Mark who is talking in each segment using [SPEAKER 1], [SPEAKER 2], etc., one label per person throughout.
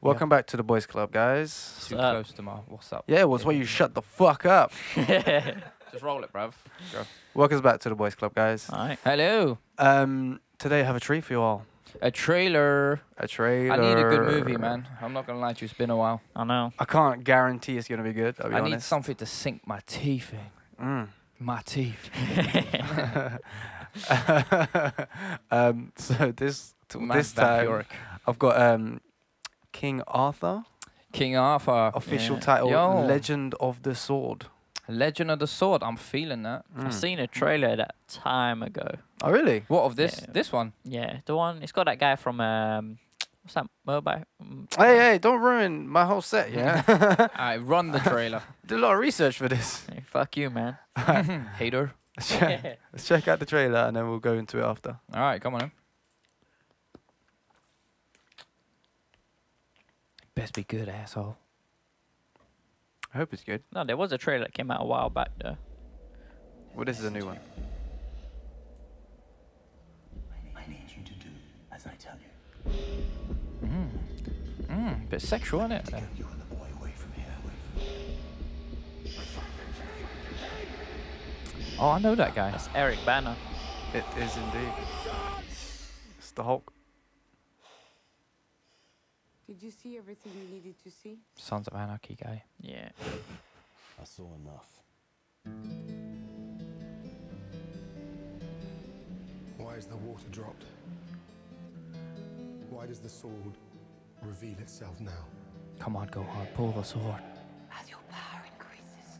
[SPEAKER 1] Welcome back to the Boys Club, guys.
[SPEAKER 2] Too
[SPEAKER 3] up?
[SPEAKER 2] close to my. What's up?
[SPEAKER 1] Yeah, it was why you shut the fuck up.
[SPEAKER 2] Just roll it, bruv.
[SPEAKER 1] Welcome back to the Boys Club, guys.
[SPEAKER 3] All right.
[SPEAKER 2] Hello.
[SPEAKER 1] Um, today I have a treat for you all.
[SPEAKER 2] A trailer.
[SPEAKER 1] A trailer.
[SPEAKER 2] I need a good movie, man. I'm not gonna lie to you. It's been a while.
[SPEAKER 3] I know.
[SPEAKER 1] I can't guarantee it's gonna be good. I'll be
[SPEAKER 2] I
[SPEAKER 1] honest.
[SPEAKER 2] need something to sink my teeth in.
[SPEAKER 1] Mm.
[SPEAKER 2] My teeth.
[SPEAKER 1] um, so this t-
[SPEAKER 2] My
[SPEAKER 1] this time
[SPEAKER 2] vampiric.
[SPEAKER 1] I've got um, King Arthur,
[SPEAKER 2] King Arthur.
[SPEAKER 1] official
[SPEAKER 3] Yeah.
[SPEAKER 1] title,
[SPEAKER 2] Yo.
[SPEAKER 1] Legend of the Sword. Mm.
[SPEAKER 2] Legend of the Sword. I'm feeling that.
[SPEAKER 3] I seen a trailer that time ago.
[SPEAKER 1] Oh really?
[SPEAKER 2] What of this?
[SPEAKER 3] Yeah.
[SPEAKER 2] This one.
[SPEAKER 3] Yeah, the one. It's got that guy from um, what's that mobile? mm,
[SPEAKER 1] Hey hey, don't ruin my whole set. Yeah,
[SPEAKER 2] I run the trailer.
[SPEAKER 1] did a lot of research for this.
[SPEAKER 3] hey, Fuck you, man.
[SPEAKER 2] Hater.
[SPEAKER 1] check, let's check out the trailer and then we'll go into it after.
[SPEAKER 2] All right, come on. In. Best be good, asshole.
[SPEAKER 1] I hope it's good.
[SPEAKER 3] No, there was a trailer that came out a while back though.
[SPEAKER 1] Well, this is a new one.
[SPEAKER 4] I need you to do as I tell you.
[SPEAKER 2] Mm, bit sexual, isn't it?
[SPEAKER 4] You and the boy away from here.
[SPEAKER 2] Oh, I know that guy.
[SPEAKER 3] That's Eric Banner.
[SPEAKER 1] It is indeed. It's the Hulk.
[SPEAKER 5] Did you see everything you needed to see?
[SPEAKER 2] Sons of Anarchy guy.
[SPEAKER 3] Yeah.
[SPEAKER 4] I saw enough.
[SPEAKER 6] Why is the water dropped? Why does the sword reveal itself now?
[SPEAKER 2] Come on, go hard. Pull the sword.
[SPEAKER 5] As your power increases,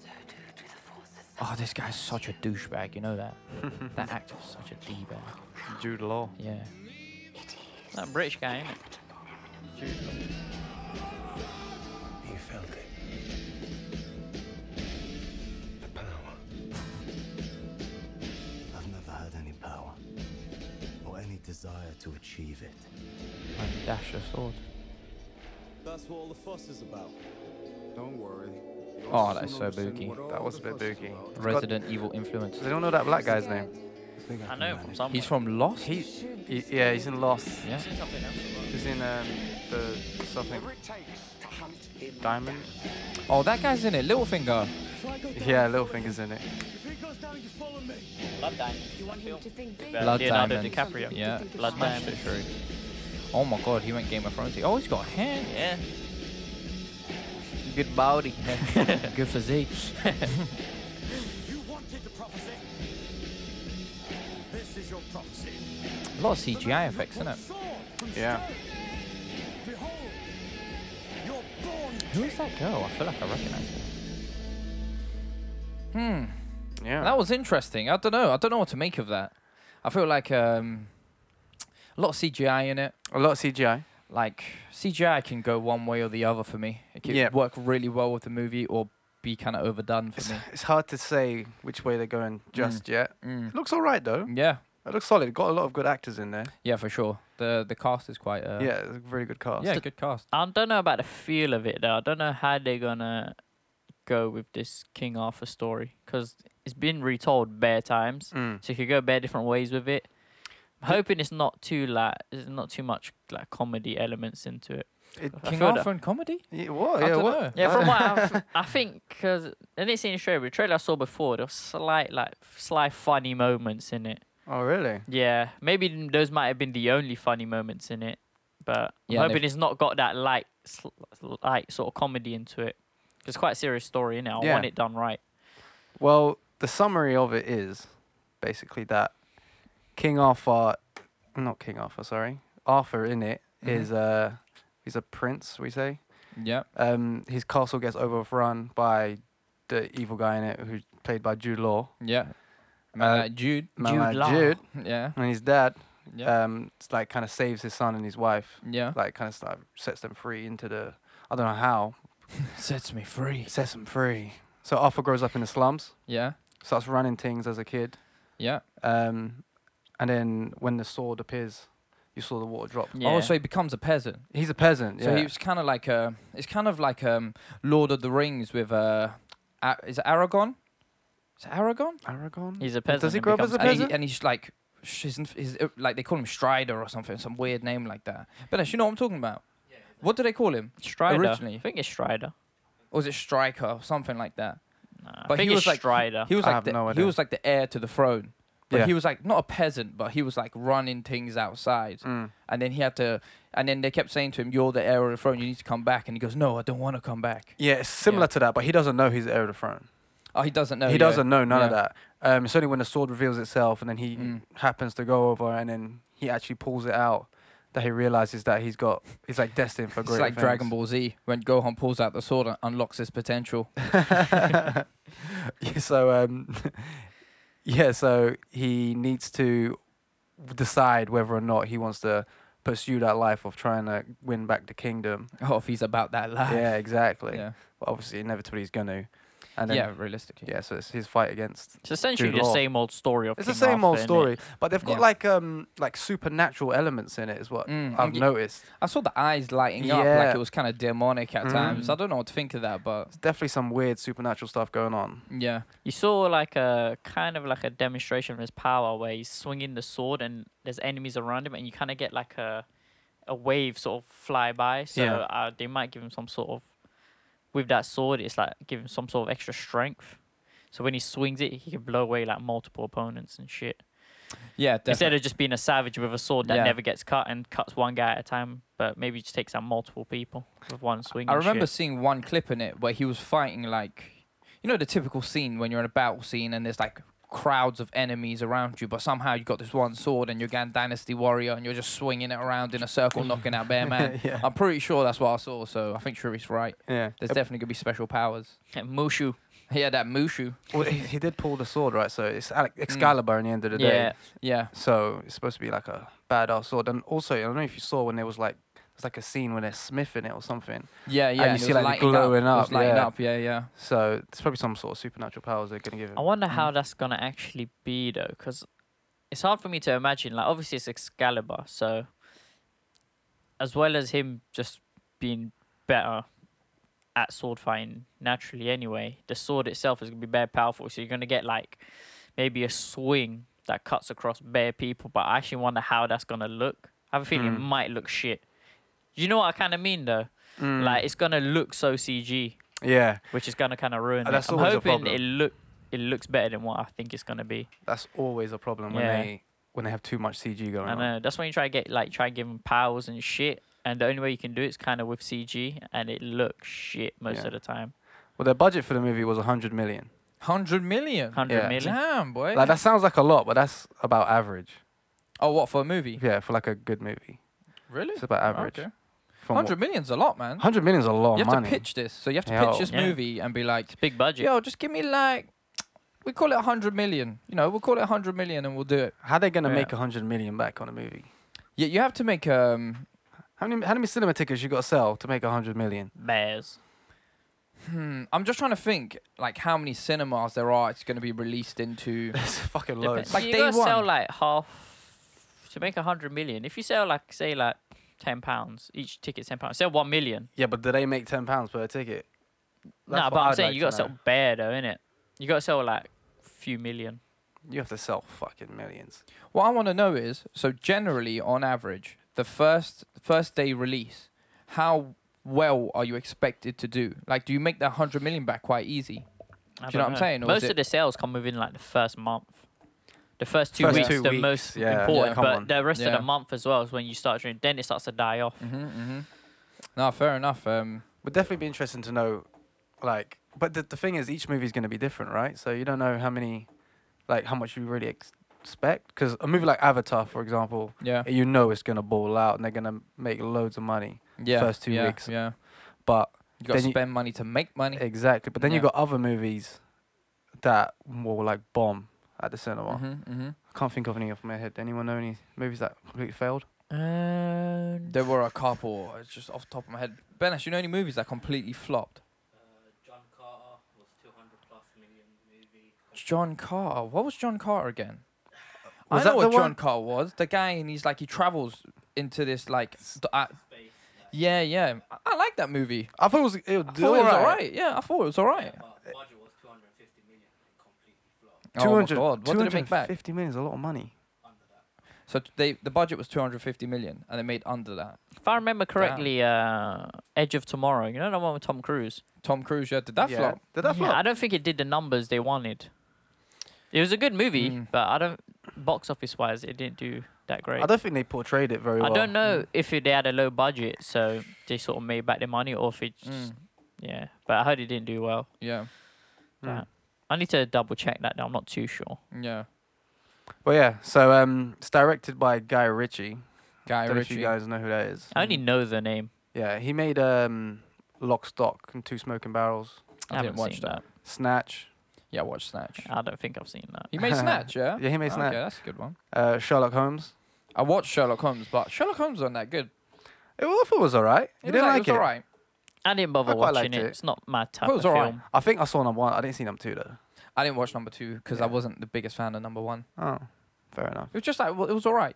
[SPEAKER 5] so do do the forces.
[SPEAKER 2] Oh, this guy's such a douchebag. You know that? that actor's such a d-bag.
[SPEAKER 1] Jude Law.
[SPEAKER 2] Yeah.
[SPEAKER 3] That British guy, isn't it?
[SPEAKER 4] You felt it. The power. I've never had any power. Or any desire to achieve it.
[SPEAKER 2] And dash the sword.
[SPEAKER 7] That's what all the fuss is about.
[SPEAKER 8] Don't worry. You
[SPEAKER 2] Oh,
[SPEAKER 8] also
[SPEAKER 2] that is so
[SPEAKER 8] soon understand
[SPEAKER 2] boogie.
[SPEAKER 8] what
[SPEAKER 1] That
[SPEAKER 8] all
[SPEAKER 1] was a
[SPEAKER 8] the
[SPEAKER 1] bit
[SPEAKER 8] fuss is
[SPEAKER 1] boogie.
[SPEAKER 8] about.
[SPEAKER 2] Resident Evil influence.
[SPEAKER 1] They don't know that black guy's name.
[SPEAKER 3] I know from somewhere.
[SPEAKER 2] He's from Lost.
[SPEAKER 1] He, he yeah, he's in Lost.
[SPEAKER 2] yeah.
[SPEAKER 3] Seen something else.
[SPEAKER 1] He's in um, the something
[SPEAKER 8] Whatever it takes to hunt him
[SPEAKER 1] diamond.
[SPEAKER 2] Oh, that guy's in it. Littlefinger.
[SPEAKER 1] Yeah, Littlefinger's in it.
[SPEAKER 3] Blood Diamond.
[SPEAKER 5] You want him to think big?
[SPEAKER 3] Blood
[SPEAKER 2] Blood
[SPEAKER 3] Leonardo
[SPEAKER 2] Diamond.
[SPEAKER 3] DiCaprio.
[SPEAKER 2] Yeah.
[SPEAKER 3] Blood
[SPEAKER 2] Smash
[SPEAKER 3] Diamond.
[SPEAKER 2] it through. Oh my god, he went Game of Thrones. Oh, he's got hair.
[SPEAKER 3] Yeah. Good body.
[SPEAKER 2] Good physique.
[SPEAKER 7] You wanted the prophecy. This is your prophecy.
[SPEAKER 2] A lot of CGI effects, isn't it?
[SPEAKER 1] Yeah.
[SPEAKER 7] Behold, you're born.
[SPEAKER 2] Who is that girl? I feel like I recognize her.
[SPEAKER 1] Yeah.
[SPEAKER 2] That was interesting. I don't know. I don't know what to make of that. I feel like um, a lot of CGI in it.
[SPEAKER 1] a lot of CGI.
[SPEAKER 2] Like CGI can go one way or the other for me. It can
[SPEAKER 1] Yeah.
[SPEAKER 2] work really well with the movie or be kind of overdone for
[SPEAKER 1] It's,
[SPEAKER 2] me.
[SPEAKER 1] it's hard to say which way they're going just yet. It looks all right though.
[SPEAKER 2] Yeah,
[SPEAKER 1] It looks solid. Got a lot of good actors in there.
[SPEAKER 2] yeah, for sure. The the cast is quite. Uh,
[SPEAKER 1] yeah, it's a very good cast.
[SPEAKER 2] yeah, good cast.
[SPEAKER 3] I don't know about the feel of it though. I don't know how they're gonna go with this King Arthur story because it's been retold bare times,
[SPEAKER 1] Mm.
[SPEAKER 3] so you could go bare different ways with it. I'm hoping it's not too like there's not too much like comedy elements into it.
[SPEAKER 1] It,
[SPEAKER 3] I
[SPEAKER 2] King
[SPEAKER 3] feel that-
[SPEAKER 2] Arthur and comedy.
[SPEAKER 1] yeah, what?
[SPEAKER 2] I
[SPEAKER 1] Yeah,
[SPEAKER 2] don't
[SPEAKER 1] what?
[SPEAKER 2] know.
[SPEAKER 3] Yeah, from what I've, I think, because I didn't see any trailer. but The trailer I saw before, there was slight like slight funny moments in it.
[SPEAKER 1] Oh really?
[SPEAKER 3] Yeah, maybe n- those might have been the only funny moments in it, but
[SPEAKER 2] Yeah,
[SPEAKER 3] I'm
[SPEAKER 2] and
[SPEAKER 3] hoping it's not got that light, sl- light sort of comedy into it. It's quite a serious story, innit? I
[SPEAKER 1] Yeah.
[SPEAKER 3] want it done right.
[SPEAKER 1] Well, the summary of it is basically that King Arthur, not King Arthur, sorry, Arthur in it is uh, he's a prince. We say
[SPEAKER 2] Yeah,
[SPEAKER 1] um, his castle gets overrun by the evil guy in it, who's played by Jude Law,
[SPEAKER 2] yeah. Man,
[SPEAKER 1] Uh,
[SPEAKER 2] like Jude.
[SPEAKER 1] man
[SPEAKER 3] Jude
[SPEAKER 1] like
[SPEAKER 3] Law.
[SPEAKER 1] Jude,
[SPEAKER 2] Yeah,
[SPEAKER 1] and his dad.
[SPEAKER 2] yeah,
[SPEAKER 1] Um, it's like kind of saves his son and his wife,
[SPEAKER 2] yeah.
[SPEAKER 1] like kind of start, sets them free into the. I don't know how
[SPEAKER 2] Sets me free.
[SPEAKER 1] sets them free. So Arthur grows up in the slums,
[SPEAKER 2] Yeah,
[SPEAKER 1] starts running things as a kid.
[SPEAKER 2] yeah.
[SPEAKER 1] Um, and then when the sword appears, you saw the water drop.
[SPEAKER 3] Yeah.
[SPEAKER 2] Oh, so he becomes a peasant.
[SPEAKER 1] He's a peasant.
[SPEAKER 2] So
[SPEAKER 1] yeah.
[SPEAKER 2] he was kind of like uh It's kind of like um, Lord of the Rings with uh, a, is it Aragon? Is it Aragon?
[SPEAKER 1] Aragon.
[SPEAKER 3] He's a peasant.
[SPEAKER 1] Does he
[SPEAKER 3] and
[SPEAKER 1] grow up as
[SPEAKER 3] becomes
[SPEAKER 1] a
[SPEAKER 2] And,
[SPEAKER 3] king.
[SPEAKER 2] he,
[SPEAKER 1] peasant?
[SPEAKER 2] and he's like, sh- his, his, uh, like they call him Strider or something, some weird name like that. But you know what I'm talking about. What do they call him?
[SPEAKER 3] Strider.
[SPEAKER 2] Originally.
[SPEAKER 3] I think it's Strider.
[SPEAKER 2] Or was it Striker or something like that?
[SPEAKER 3] Nah, I
[SPEAKER 2] But
[SPEAKER 3] think
[SPEAKER 2] he
[SPEAKER 3] it's
[SPEAKER 2] was like
[SPEAKER 3] Strider.
[SPEAKER 2] He was
[SPEAKER 1] I
[SPEAKER 2] like
[SPEAKER 1] have
[SPEAKER 2] the,
[SPEAKER 1] no
[SPEAKER 2] he
[SPEAKER 1] idea.
[SPEAKER 2] was like the heir to the throne. But
[SPEAKER 1] Yeah.
[SPEAKER 2] he was like not a peasant, but he was like running things outside.
[SPEAKER 1] Mm.
[SPEAKER 2] And then he had to and then they kept saying to him, You're the heir of the throne, you need to come back and he goes, No, I don't want to come back.
[SPEAKER 1] Yeah, it's similar to that, but he doesn't know he's the heir of the throne.
[SPEAKER 2] Oh he doesn't know.
[SPEAKER 1] he
[SPEAKER 2] yeah.
[SPEAKER 1] doesn't know none of
[SPEAKER 2] Yeah.
[SPEAKER 1] that. Um, it's only when the sword reveals itself and then he
[SPEAKER 2] Mm.
[SPEAKER 1] happens to go over and then he actually pulls it out that he realizes that he's got he's like destined for
[SPEAKER 2] It's
[SPEAKER 1] great.
[SPEAKER 2] like Dragon Ball Z when Gohan pulls out the sword and unlocks his potential.
[SPEAKER 1] Ball. so um, yeah, so he needs to decide whether or not he wants to pursue that life of trying to win back the kingdom.
[SPEAKER 2] Oh, if he's about that life.
[SPEAKER 1] Ah, yeah, exactly.
[SPEAKER 2] Yeah.
[SPEAKER 1] But obviously, inevitably he's gonna. And then,
[SPEAKER 2] yeah,
[SPEAKER 1] yeah,
[SPEAKER 2] realistically.
[SPEAKER 1] yeah. So it's his fight against
[SPEAKER 3] It's essentially
[SPEAKER 1] Jude
[SPEAKER 3] the
[SPEAKER 1] Law.
[SPEAKER 3] same old story of
[SPEAKER 1] It's the
[SPEAKER 3] King
[SPEAKER 1] same old
[SPEAKER 3] Arthur, innit?
[SPEAKER 1] story, but they've got
[SPEAKER 2] Yeah.
[SPEAKER 1] like um like supernatural elements in it, is what
[SPEAKER 2] Mm,
[SPEAKER 1] I've
[SPEAKER 2] y-
[SPEAKER 1] noticed.
[SPEAKER 2] I saw the eyes lighting up like
[SPEAKER 1] Yeah.
[SPEAKER 2] it was kind of demonic at times.
[SPEAKER 3] Mm.
[SPEAKER 2] I don't know what to think of that, but
[SPEAKER 1] There's definitely some weird supernatural stuff going on.
[SPEAKER 2] yeah.
[SPEAKER 3] You saw like a kind of like a demonstration of his power where he's swinging the sword and there's enemies around him and you kind of get like a a wave sort of fly by. So
[SPEAKER 1] Yeah.
[SPEAKER 3] uh, they might give him some sort of with that sword. It's like giving some sort of extra strength. So when he swings it, he can blow away like multiple opponents and shit.
[SPEAKER 2] Yeah,
[SPEAKER 3] Instead of just being a savage with a sword that
[SPEAKER 2] Yeah.
[SPEAKER 3] never gets cut and cuts one guy at a time, but maybe just takes out multiple people with one swing.
[SPEAKER 2] I
[SPEAKER 3] and shit.
[SPEAKER 2] remember seeing one clip in it where he was fighting like you know the typical scene when you're in a battle scene and there's like crowds of enemies around you, but somehow you got this one sword and you're Gan Dynasty warrior and you're just swinging it around in a circle, knocking out Bear Man.
[SPEAKER 1] Yeah.
[SPEAKER 2] I'm pretty sure that's what I saw, so I think Shuri's right.
[SPEAKER 1] Yeah,
[SPEAKER 2] There's definitely gonna be special powers.
[SPEAKER 3] Mushu.
[SPEAKER 2] Yeah, that Mushu.
[SPEAKER 1] well, he, he did pull the sword, right? So it's Alec- Excalibur in the end of the
[SPEAKER 3] Yeah.
[SPEAKER 1] day.
[SPEAKER 2] Yeah.
[SPEAKER 1] So it's supposed to be like a badass sword. And also, I don't know if you saw when there was like there's like a scene when they're smithing it or something.
[SPEAKER 2] Yeah, yeah.
[SPEAKER 1] you
[SPEAKER 2] it
[SPEAKER 1] see,
[SPEAKER 2] was
[SPEAKER 1] like, it
[SPEAKER 2] lighting
[SPEAKER 1] glowing
[SPEAKER 2] It was
[SPEAKER 1] up,
[SPEAKER 2] lighting
[SPEAKER 1] yeah.
[SPEAKER 2] up, yeah, yeah.
[SPEAKER 1] So it's probably some sort of supernatural powers they're gonna give him.
[SPEAKER 3] I wonder how that's gonna actually be though, because it's hard for me to imagine. Like, obviously it's Excalibur, so as well as him just being better at sword fighting naturally anyway, the sword itself is gonna be very powerful. So you're gonna get like maybe a swing that cuts across bare people. But I actually wonder how that's gonna look. I have a feeling it
[SPEAKER 1] Mm.
[SPEAKER 3] might look shit. You know what I kind of mean though.
[SPEAKER 1] Mm,
[SPEAKER 3] Like it's gonna look so CG
[SPEAKER 1] yeah,
[SPEAKER 3] which is gonna kind of ruin
[SPEAKER 1] Uh,
[SPEAKER 3] it.
[SPEAKER 1] that's
[SPEAKER 3] I'm
[SPEAKER 1] always a
[SPEAKER 3] hoping
[SPEAKER 1] problem.
[SPEAKER 3] it look it looks better than what I think it's gonna be.
[SPEAKER 1] that's always a problem when
[SPEAKER 3] Yeah.
[SPEAKER 1] they when they have too much CG going
[SPEAKER 3] I
[SPEAKER 1] on.
[SPEAKER 3] know uh, that's when you try to get like try and give 'em powers and shit, and the only way you can do it's kind of with CG, and it looks shit most
[SPEAKER 1] Yeah.
[SPEAKER 3] of the time.
[SPEAKER 1] Well, their budget for the movie was 100 million.
[SPEAKER 2] Hundred million.
[SPEAKER 3] Hundred
[SPEAKER 1] Yeah.
[SPEAKER 3] million.
[SPEAKER 2] Damn, boy.
[SPEAKER 1] Like that sounds like a lot, but that's about average.
[SPEAKER 2] oh, what for a movie?
[SPEAKER 1] Yeah, for like a good movie.
[SPEAKER 2] Really?
[SPEAKER 1] It's about average.
[SPEAKER 2] Okay.
[SPEAKER 1] From what-
[SPEAKER 2] Hundred million's a lot, man.
[SPEAKER 1] 100 million's a lot
[SPEAKER 2] you
[SPEAKER 1] of
[SPEAKER 2] have
[SPEAKER 1] money.
[SPEAKER 2] to pitch this. So you have to
[SPEAKER 1] Yo.
[SPEAKER 2] pitch this
[SPEAKER 3] Yeah.
[SPEAKER 2] movie and be like,
[SPEAKER 3] Big budget.
[SPEAKER 2] yo, just give me like, we call it 100 million. You know, we'll call it 100 million and we'll do it.
[SPEAKER 1] How they gonna
[SPEAKER 2] Yeah.
[SPEAKER 1] make 100 million back on a movie?
[SPEAKER 2] Yeah, you have to make, um,
[SPEAKER 1] How many how many cinema tickets you gotta sell to make 100 million?
[SPEAKER 3] Bears.
[SPEAKER 2] hmm, I'm just trying to think like how many cinemas there are it's going to be released into.
[SPEAKER 1] That's fucking
[SPEAKER 3] Depends.
[SPEAKER 1] loads.
[SPEAKER 2] Like
[SPEAKER 3] you
[SPEAKER 2] day
[SPEAKER 3] gotta sell
[SPEAKER 2] one.
[SPEAKER 3] like half to make a hundred million. If you sell like say like ten pounds each ticket, ten pounds. Sell one million.
[SPEAKER 1] yeah, but do they make 10 pounds per ticket?
[SPEAKER 3] No,
[SPEAKER 1] That's what
[SPEAKER 3] but I'm
[SPEAKER 1] I'd
[SPEAKER 3] saying
[SPEAKER 1] like
[SPEAKER 3] you
[SPEAKER 1] to
[SPEAKER 3] gotta
[SPEAKER 1] know.
[SPEAKER 3] sell bare though, innit? You gotta sell like few million.
[SPEAKER 1] You have to sell fucking millions.
[SPEAKER 2] What I want to know is so generally on average, the first first day release, how well are you expected to do? Like, do you make that 100 million back quite easy? Do
[SPEAKER 3] I
[SPEAKER 2] you know
[SPEAKER 3] don't
[SPEAKER 2] what I'm saying, or is
[SPEAKER 3] Most
[SPEAKER 2] it-
[SPEAKER 3] of the sales come within like the first month. The first two
[SPEAKER 1] First
[SPEAKER 3] weeks,
[SPEAKER 1] two
[SPEAKER 3] the
[SPEAKER 1] weeks,
[SPEAKER 3] most
[SPEAKER 1] yeah,
[SPEAKER 3] important,
[SPEAKER 1] come
[SPEAKER 3] but
[SPEAKER 1] on.
[SPEAKER 3] the rest of
[SPEAKER 2] Yeah.
[SPEAKER 3] the month as well is when you start drinking. Then it starts to die off.
[SPEAKER 2] Mm-hmm, mm-hmm. No, fair enough. Um,
[SPEAKER 1] Would definitely be interesting to know, like, but the, the thing is, each movie's gonna be different, right? So you don't know how many, like, how much you really ex- expect. Because a movie like Avatar, for example,
[SPEAKER 2] yeah.
[SPEAKER 1] you know it's gonna ball out and they're gonna make loads of money.
[SPEAKER 2] Yeah.
[SPEAKER 1] first two
[SPEAKER 2] yeah,
[SPEAKER 1] weeks.
[SPEAKER 2] Yeah.
[SPEAKER 1] But
[SPEAKER 2] You got to
[SPEAKER 1] Then you-
[SPEAKER 2] spend money to make money.
[SPEAKER 1] exactly, but then you
[SPEAKER 2] Yeah.
[SPEAKER 1] got other movies that will like bomb at the cinema.
[SPEAKER 2] Mm-hmm, mm-hmm.
[SPEAKER 1] I can't think of any off my head. Anyone know any movies that completely failed?
[SPEAKER 3] And
[SPEAKER 2] mm-hmm. There were a couple. It's just off the top of my head. Benesh, you know any movies that completely flopped? John Carter. What was John Carter again?
[SPEAKER 1] Was
[SPEAKER 2] I
[SPEAKER 1] that
[SPEAKER 2] know
[SPEAKER 1] the
[SPEAKER 2] what
[SPEAKER 1] one-
[SPEAKER 2] John Carter was. The guy, and he's like he travels into this like. d- uh, yeah, yeah. I, I like that movie.
[SPEAKER 1] I thought it was it was,
[SPEAKER 2] I thought it was alright. Yeah, I thought it was alright. Oh my God, What did it make back?
[SPEAKER 1] Fifty million is a lot of money.
[SPEAKER 2] So t- they the budget was 250 million, and they made under that.
[SPEAKER 3] If I remember correctly, uh, Edge of Tomorrow, you know the one with Tom Cruise?
[SPEAKER 2] Tom Cruise, yeah, did that
[SPEAKER 1] yeah.
[SPEAKER 2] flop?
[SPEAKER 1] Did that
[SPEAKER 3] Yeah,
[SPEAKER 1] flop?
[SPEAKER 3] I don't think it did the numbers they wanted. It was a good movie,
[SPEAKER 2] Mm.
[SPEAKER 3] but I don't box office wise it didn't do that great.
[SPEAKER 1] I don't think they portrayed it very
[SPEAKER 3] I
[SPEAKER 1] well.
[SPEAKER 3] don't know
[SPEAKER 2] Hmm.
[SPEAKER 3] if it, they had a low budget, so they sort of made back their money, or if it just,
[SPEAKER 2] Mm,
[SPEAKER 3] yeah. But I heard it didn't do well.
[SPEAKER 2] yeah,
[SPEAKER 1] Mm.
[SPEAKER 3] I need to double check that. Now. I'm not too sure.
[SPEAKER 2] yeah.
[SPEAKER 1] But yeah, so um, it's directed by Guy Ritchie.
[SPEAKER 2] Guy
[SPEAKER 1] I don't know if
[SPEAKER 2] Ritchie. Mm.
[SPEAKER 1] you guys know who that is.
[SPEAKER 3] I only know the name.
[SPEAKER 1] Yeah, he made um, Lock, Stock, and Two Smoking Barrels,
[SPEAKER 3] I,
[SPEAKER 2] I
[SPEAKER 3] haven't
[SPEAKER 2] didn't watch
[SPEAKER 3] seen
[SPEAKER 2] that.
[SPEAKER 3] that.
[SPEAKER 1] Snatch.
[SPEAKER 2] Yeah, watch Snatch.
[SPEAKER 3] I don't think I've seen that.
[SPEAKER 2] He made Snatch, yeah.
[SPEAKER 1] Yeah, he made Snatch.
[SPEAKER 2] Oh, Okay, that's a good one.
[SPEAKER 1] Uh, Sherlock Holmes.
[SPEAKER 2] I watched Sherlock Holmes, but Sherlock Holmes wasn't that good.
[SPEAKER 1] It, well, I thought it was alright. You
[SPEAKER 2] It was
[SPEAKER 1] didn't
[SPEAKER 2] like-
[SPEAKER 1] like
[SPEAKER 2] it was alright.
[SPEAKER 3] I didn't
[SPEAKER 1] I
[SPEAKER 3] bother
[SPEAKER 1] quite
[SPEAKER 3] watching
[SPEAKER 1] liked
[SPEAKER 3] it.
[SPEAKER 1] it.
[SPEAKER 3] It's not my type
[SPEAKER 2] it was
[SPEAKER 3] of
[SPEAKER 2] alright.
[SPEAKER 3] film.
[SPEAKER 1] I think I saw number one. I didn't see number two though.
[SPEAKER 2] I didn't watch number two because I
[SPEAKER 1] Yeah.
[SPEAKER 2] wasn't the biggest fan of number one.
[SPEAKER 1] Oh, fair enough.
[SPEAKER 2] It was just like well, it was alright.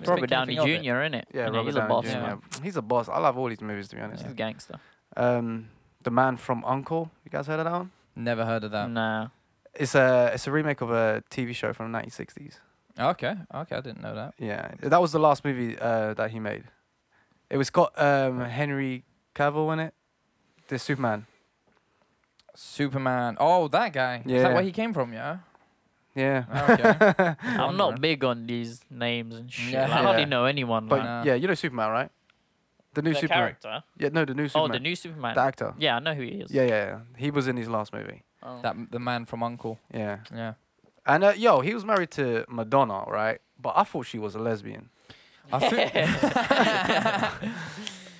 [SPEAKER 3] It's Robert Downey Jr. in it.
[SPEAKER 1] Yeah,
[SPEAKER 3] you know,
[SPEAKER 1] Robert
[SPEAKER 3] he's
[SPEAKER 1] Downey
[SPEAKER 3] a boss.
[SPEAKER 1] Jr.
[SPEAKER 2] yeah.
[SPEAKER 1] He's a boss. I love all these movies to be honest.
[SPEAKER 3] He's a gangster.
[SPEAKER 1] Um, The Man from Uncle. You guys heard of that one?
[SPEAKER 2] Never heard of
[SPEAKER 1] Mm.
[SPEAKER 2] that.
[SPEAKER 3] Nah.
[SPEAKER 1] It's a it's a remake of a TV show from the 1960s.
[SPEAKER 2] Okay, okay, I didn't know that.
[SPEAKER 1] Yeah, that was the last movie uh, that he made. It was got um, Henry Cavill in it. The Superman.
[SPEAKER 2] Superman. Oh, that guy. Is
[SPEAKER 1] Yeah.
[SPEAKER 2] that where he came from? Yeah.
[SPEAKER 1] Yeah.
[SPEAKER 3] Oh,
[SPEAKER 2] Okay.
[SPEAKER 3] I'm not
[SPEAKER 2] Wondering.
[SPEAKER 3] big on these names and shit.
[SPEAKER 2] Yeah.
[SPEAKER 3] Like, I hardly
[SPEAKER 1] Yeah.
[SPEAKER 3] know anyone.
[SPEAKER 1] But
[SPEAKER 3] like,
[SPEAKER 2] Nah.
[SPEAKER 1] yeah, you know Superman, right? The new
[SPEAKER 3] Uh, the
[SPEAKER 1] Superman.
[SPEAKER 3] character.
[SPEAKER 1] Yeah, no, the new Superman.
[SPEAKER 3] Oh, the new Superman.
[SPEAKER 1] the actor.
[SPEAKER 3] yeah, I know who he is.
[SPEAKER 1] Yeah, yeah, yeah. He was in his last movie.
[SPEAKER 3] Oh.
[SPEAKER 2] That the man from Uncle.
[SPEAKER 1] Yeah.
[SPEAKER 2] Yeah.
[SPEAKER 1] And uh, yo, he was married to Madonna, right? But I thought she was a lesbian.
[SPEAKER 2] I thi-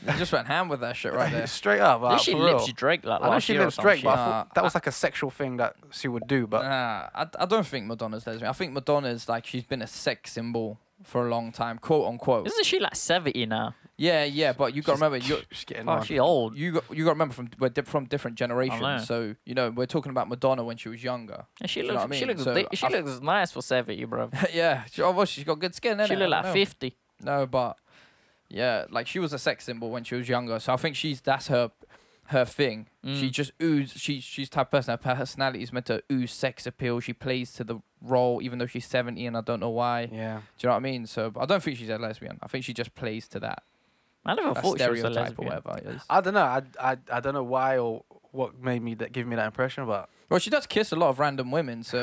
[SPEAKER 2] They just went ham with that shit right there.
[SPEAKER 1] Straight up.
[SPEAKER 3] At
[SPEAKER 1] Like,
[SPEAKER 3] least she
[SPEAKER 1] for
[SPEAKER 3] lips
[SPEAKER 1] real.
[SPEAKER 3] to Drake like
[SPEAKER 1] I know
[SPEAKER 3] last
[SPEAKER 1] she
[SPEAKER 3] year or Uh,
[SPEAKER 1] lives
[SPEAKER 3] some
[SPEAKER 1] Drake, but I
[SPEAKER 3] shit.
[SPEAKER 1] thought that was like a sexual thing that she would do. But
[SPEAKER 2] Nah, I, I don't think Madonna's lesbian. I think Madonna's like she's been a sex symbol for a long time, quote unquote.
[SPEAKER 3] Isn't she like 70 now?
[SPEAKER 2] Yeah, yeah, but you got to remember you
[SPEAKER 1] she's getting
[SPEAKER 3] Oh,
[SPEAKER 1] on.
[SPEAKER 3] she old.
[SPEAKER 2] you got you got to remember from we're di- from different
[SPEAKER 3] know.
[SPEAKER 2] generations. So you know we're talking about Madonna when she was younger.
[SPEAKER 3] And she
[SPEAKER 2] Do you know
[SPEAKER 3] looks,
[SPEAKER 2] what I
[SPEAKER 3] she
[SPEAKER 2] mean?
[SPEAKER 3] looks,
[SPEAKER 2] So
[SPEAKER 3] di- she
[SPEAKER 2] I f-
[SPEAKER 3] looks nice for 70, bro.
[SPEAKER 2] yeah, she, oh, well, she's got good skin.
[SPEAKER 3] she
[SPEAKER 2] innit?
[SPEAKER 3] look
[SPEAKER 2] I
[SPEAKER 3] like
[SPEAKER 2] dunno.
[SPEAKER 3] 50.
[SPEAKER 2] No, but yeah, like she was a sex symbol when she was younger. So I think she's that's her her thing. She
[SPEAKER 3] Mm.
[SPEAKER 2] just ooze. She she's type of person. Her personality is meant to ooze sex appeal. She plays to the role, even though she's seventy, and I don't know why.
[SPEAKER 1] Yeah.
[SPEAKER 2] Do you know what I mean? So I don't think she's a lesbian. I think she just plays to that,
[SPEAKER 3] I never
[SPEAKER 2] that
[SPEAKER 3] thought she was a
[SPEAKER 2] stereotype or
[SPEAKER 3] lesbian.
[SPEAKER 2] whatever it is.
[SPEAKER 1] I don't know. I, I I don't know why or what made me that give me that impression, but
[SPEAKER 2] Well, she does kiss a lot of random women, so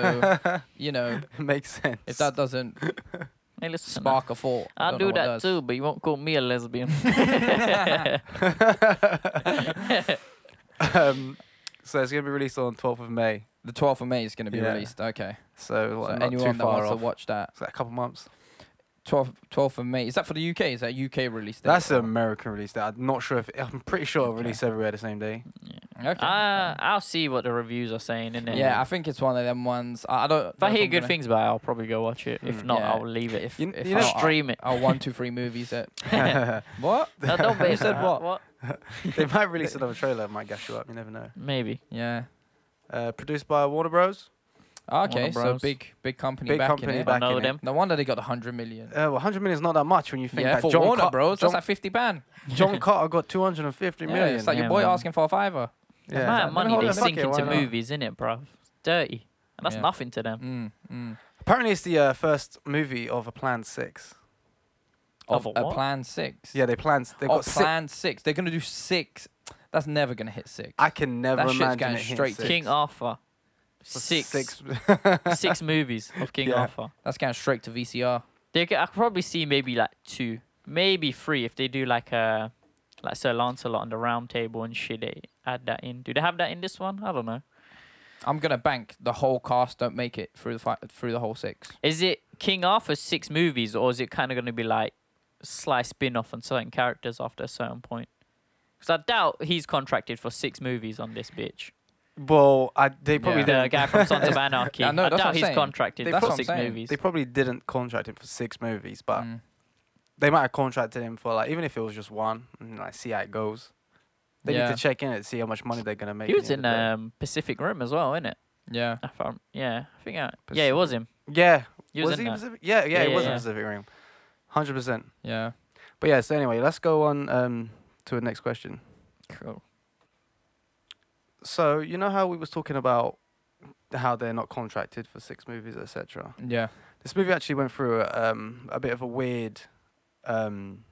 [SPEAKER 2] you know
[SPEAKER 1] it makes sense.
[SPEAKER 2] if that doesn't
[SPEAKER 3] Hey, listen, now.
[SPEAKER 2] spark a thought, I don't
[SPEAKER 3] I
[SPEAKER 2] know
[SPEAKER 3] do
[SPEAKER 2] what
[SPEAKER 3] that
[SPEAKER 2] does.
[SPEAKER 3] too, but you won't call me a lesbian.
[SPEAKER 1] um, so it's gonna be released on 12th of May.
[SPEAKER 2] The twelfth of May is going to be
[SPEAKER 1] Yeah.
[SPEAKER 2] released. Okay,
[SPEAKER 1] So,
[SPEAKER 2] so
[SPEAKER 1] like, not too
[SPEAKER 2] anyone that
[SPEAKER 1] far
[SPEAKER 2] wants
[SPEAKER 1] off.
[SPEAKER 2] to watch that,
[SPEAKER 1] It's like a couple months.
[SPEAKER 2] 12th, 12th of May. Is that for the UK? Is that UK release date?
[SPEAKER 1] That's an
[SPEAKER 2] or-
[SPEAKER 1] American release. That I'm not sure if I'm pretty sure it released everywhere the same day.
[SPEAKER 2] Okay.
[SPEAKER 3] uh, I'll see what the reviews are saying, innit?
[SPEAKER 2] yeah, I think it's one of them ones. I, I don't.
[SPEAKER 3] If I hear good
[SPEAKER 2] things,
[SPEAKER 3] things about it, I'll probably go watch it. If
[SPEAKER 1] Mm.
[SPEAKER 3] not,
[SPEAKER 2] Yeah.
[SPEAKER 3] I'll leave it.
[SPEAKER 2] if,
[SPEAKER 1] You-
[SPEAKER 2] if
[SPEAKER 1] you
[SPEAKER 2] I,
[SPEAKER 1] know-
[SPEAKER 2] I'll,
[SPEAKER 3] stream it.
[SPEAKER 2] I'll Oh, one two three movies it. what?
[SPEAKER 3] No, don't
[SPEAKER 2] You
[SPEAKER 3] base
[SPEAKER 2] said
[SPEAKER 3] that.
[SPEAKER 2] what?
[SPEAKER 1] they might release another trailer. It might gas you up. You never know.
[SPEAKER 3] Maybe.
[SPEAKER 2] Yeah.
[SPEAKER 1] Uh, produced by Warner Bros.
[SPEAKER 2] Okay, so
[SPEAKER 3] Bros.
[SPEAKER 2] big big company
[SPEAKER 1] Big
[SPEAKER 2] back in
[SPEAKER 1] company
[SPEAKER 2] it.
[SPEAKER 1] back
[SPEAKER 3] know
[SPEAKER 1] in
[SPEAKER 3] them.
[SPEAKER 1] it.
[SPEAKER 2] No wonder they got a hundred million.
[SPEAKER 1] Uh, well, 100 million is not that much when you think
[SPEAKER 2] yeah,
[SPEAKER 1] that
[SPEAKER 2] for
[SPEAKER 1] John
[SPEAKER 2] Warner
[SPEAKER 1] Car-
[SPEAKER 2] Bros.
[SPEAKER 1] John,
[SPEAKER 2] that's like fifty band.
[SPEAKER 1] John Carter got 250
[SPEAKER 2] Yeah,
[SPEAKER 1] million.
[SPEAKER 2] it's like your
[SPEAKER 3] Yeah,
[SPEAKER 2] boy
[SPEAKER 3] man.
[SPEAKER 2] asking for a fiver.
[SPEAKER 1] Yeah.
[SPEAKER 3] The amount
[SPEAKER 2] Let
[SPEAKER 3] of
[SPEAKER 2] me
[SPEAKER 3] money
[SPEAKER 2] hold
[SPEAKER 3] they
[SPEAKER 2] it.
[SPEAKER 3] sink
[SPEAKER 1] Fuck it, why
[SPEAKER 3] into
[SPEAKER 1] not?
[SPEAKER 3] movies, innit, bro? It's dirty. And that's
[SPEAKER 2] Yeah.
[SPEAKER 3] nothing to them.
[SPEAKER 2] Mm, mm.
[SPEAKER 1] Apparently, it's the uh, first movie of a planned six.
[SPEAKER 2] Of
[SPEAKER 3] Of
[SPEAKER 2] a,
[SPEAKER 3] what?
[SPEAKER 2] plan six.
[SPEAKER 1] Yeah, they planned. They
[SPEAKER 2] Oh,
[SPEAKER 1] got six.
[SPEAKER 2] plan six. They're gonna do six. That's never gonna hit six.
[SPEAKER 1] I can never
[SPEAKER 2] That shit's
[SPEAKER 1] imagine
[SPEAKER 2] going
[SPEAKER 1] it hitting
[SPEAKER 2] straight to
[SPEAKER 1] Mm. six.
[SPEAKER 3] King Arthur.
[SPEAKER 1] For
[SPEAKER 3] Six. Six,
[SPEAKER 1] six.
[SPEAKER 3] movies of King
[SPEAKER 1] Yeah.
[SPEAKER 3] Arthur.
[SPEAKER 2] That's going straight to VCR.
[SPEAKER 3] They could, I could probably see maybe like two, maybe three if they do like a like Sir Lancelot on the Round Table and shit. They add that in. Do they have that in this one? I don't know.
[SPEAKER 2] I'm gonna bank the whole cast don't make it through the fi- through the whole six.
[SPEAKER 3] Is it King Arthur's six movies, or is it kind of going to be like sly spin off on certain characters after a certain point? Because I doubt he's contracted for six movies on this bitch.
[SPEAKER 1] well, I, they probably
[SPEAKER 2] Yeah.
[SPEAKER 3] The
[SPEAKER 1] didn't.
[SPEAKER 3] guy from Sons of Anarchy.
[SPEAKER 2] I
[SPEAKER 3] I,
[SPEAKER 2] know, that's what I'm
[SPEAKER 3] doubt he's
[SPEAKER 2] saying.
[SPEAKER 3] contracted
[SPEAKER 1] They
[SPEAKER 3] for
[SPEAKER 2] probably-
[SPEAKER 3] six
[SPEAKER 2] I'm saying,
[SPEAKER 3] movies.
[SPEAKER 1] They probably didn't contract him for six movies, but
[SPEAKER 2] Mm.
[SPEAKER 1] they might have contracted him for like even if it was just one, and like see how it goes. They need
[SPEAKER 2] Yeah.
[SPEAKER 1] to check in and see how much money they're gonna make.
[SPEAKER 3] He
[SPEAKER 1] at
[SPEAKER 3] was
[SPEAKER 1] the
[SPEAKER 3] in
[SPEAKER 1] end of the day.
[SPEAKER 3] um, Pacific Rim as well, innit?
[SPEAKER 2] Yeah.
[SPEAKER 3] If I'm, yeah, I think. I, yeah, it was him.
[SPEAKER 1] yeah,
[SPEAKER 3] He was,
[SPEAKER 1] was
[SPEAKER 3] in
[SPEAKER 1] he
[SPEAKER 3] that.
[SPEAKER 1] Pacific? Yeah, yeah,
[SPEAKER 3] Yeah,
[SPEAKER 1] it
[SPEAKER 3] yeah,
[SPEAKER 1] was in
[SPEAKER 3] yeah.
[SPEAKER 1] Pacific Rim, hundred percent.
[SPEAKER 2] Yeah.
[SPEAKER 1] But yeah, so anyway, let's go on um, to the next question.
[SPEAKER 3] Cool.
[SPEAKER 1] So you know how we was talking about how they're not contracted for six movies, etc.
[SPEAKER 2] Yeah.
[SPEAKER 1] This movie actually went through a, um, a bit of a weird, um,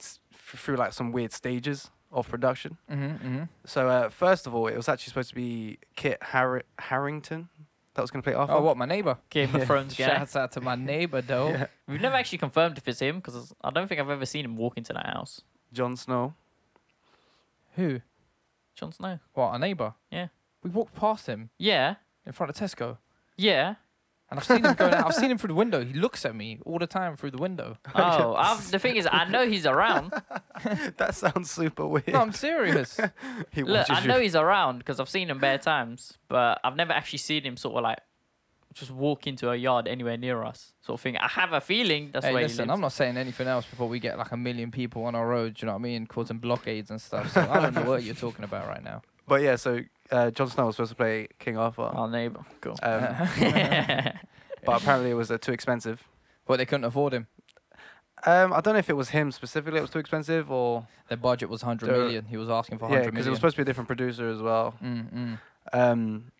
[SPEAKER 1] s- f- through like some weird stages of production.
[SPEAKER 2] Mm-hmm, mm-hmm.
[SPEAKER 1] So uh, first of all, it was actually supposed to be Kit Har- Harrington that was going to play Arthur.
[SPEAKER 2] Oh, what? My neighbor.
[SPEAKER 3] Game of Thrones guy.
[SPEAKER 2] Shouts out to my neighbor, though.
[SPEAKER 3] We've never actually confirmed if it's him because I don't think I've ever seen him walk into that house.
[SPEAKER 1] Jon Snow.
[SPEAKER 2] Who?
[SPEAKER 3] Jon Snow.
[SPEAKER 2] What? A neighbor?
[SPEAKER 3] Yeah.
[SPEAKER 2] We walked past him
[SPEAKER 3] Yeah,
[SPEAKER 2] in front of Tesco,
[SPEAKER 3] yeah.
[SPEAKER 2] and I've seen him going. I've seen him through the window. He looks at me all the time through the window.
[SPEAKER 3] Oh, I've, the thing is, I know he's around.
[SPEAKER 1] That sounds super weird.
[SPEAKER 2] No, I'm serious.
[SPEAKER 1] he
[SPEAKER 3] Look,
[SPEAKER 1] watches
[SPEAKER 3] I
[SPEAKER 1] you.
[SPEAKER 3] know he's around because I've seen him bare times, but I've never actually seen him sort of like just walk into a yard anywhere near us, sort of thing. I have a feeling that's
[SPEAKER 2] hey,
[SPEAKER 3] where
[SPEAKER 2] listen,
[SPEAKER 3] he lives.
[SPEAKER 2] I'm not saying anything else before we get like a million people on our road. Do you know what I mean? Causing blockades and stuff. So I don't know what you're talking about right now.
[SPEAKER 1] But yeah, so uh, Jon Snow was supposed to play King Arthur,
[SPEAKER 3] Our neighbor. Cool.
[SPEAKER 1] um, but apparently it was uh, too expensive.
[SPEAKER 2] Well, they couldn't afford him.
[SPEAKER 1] Um, I don't know if it was him specifically. It was too expensive, or
[SPEAKER 2] Their budget was 100
[SPEAKER 1] They're-
[SPEAKER 2] million. He was asking for
[SPEAKER 1] yeah,
[SPEAKER 2] 100
[SPEAKER 1] because it
[SPEAKER 2] million.
[SPEAKER 1] was supposed to be a different producer as well.
[SPEAKER 2] mm, mm.
[SPEAKER 1] Um,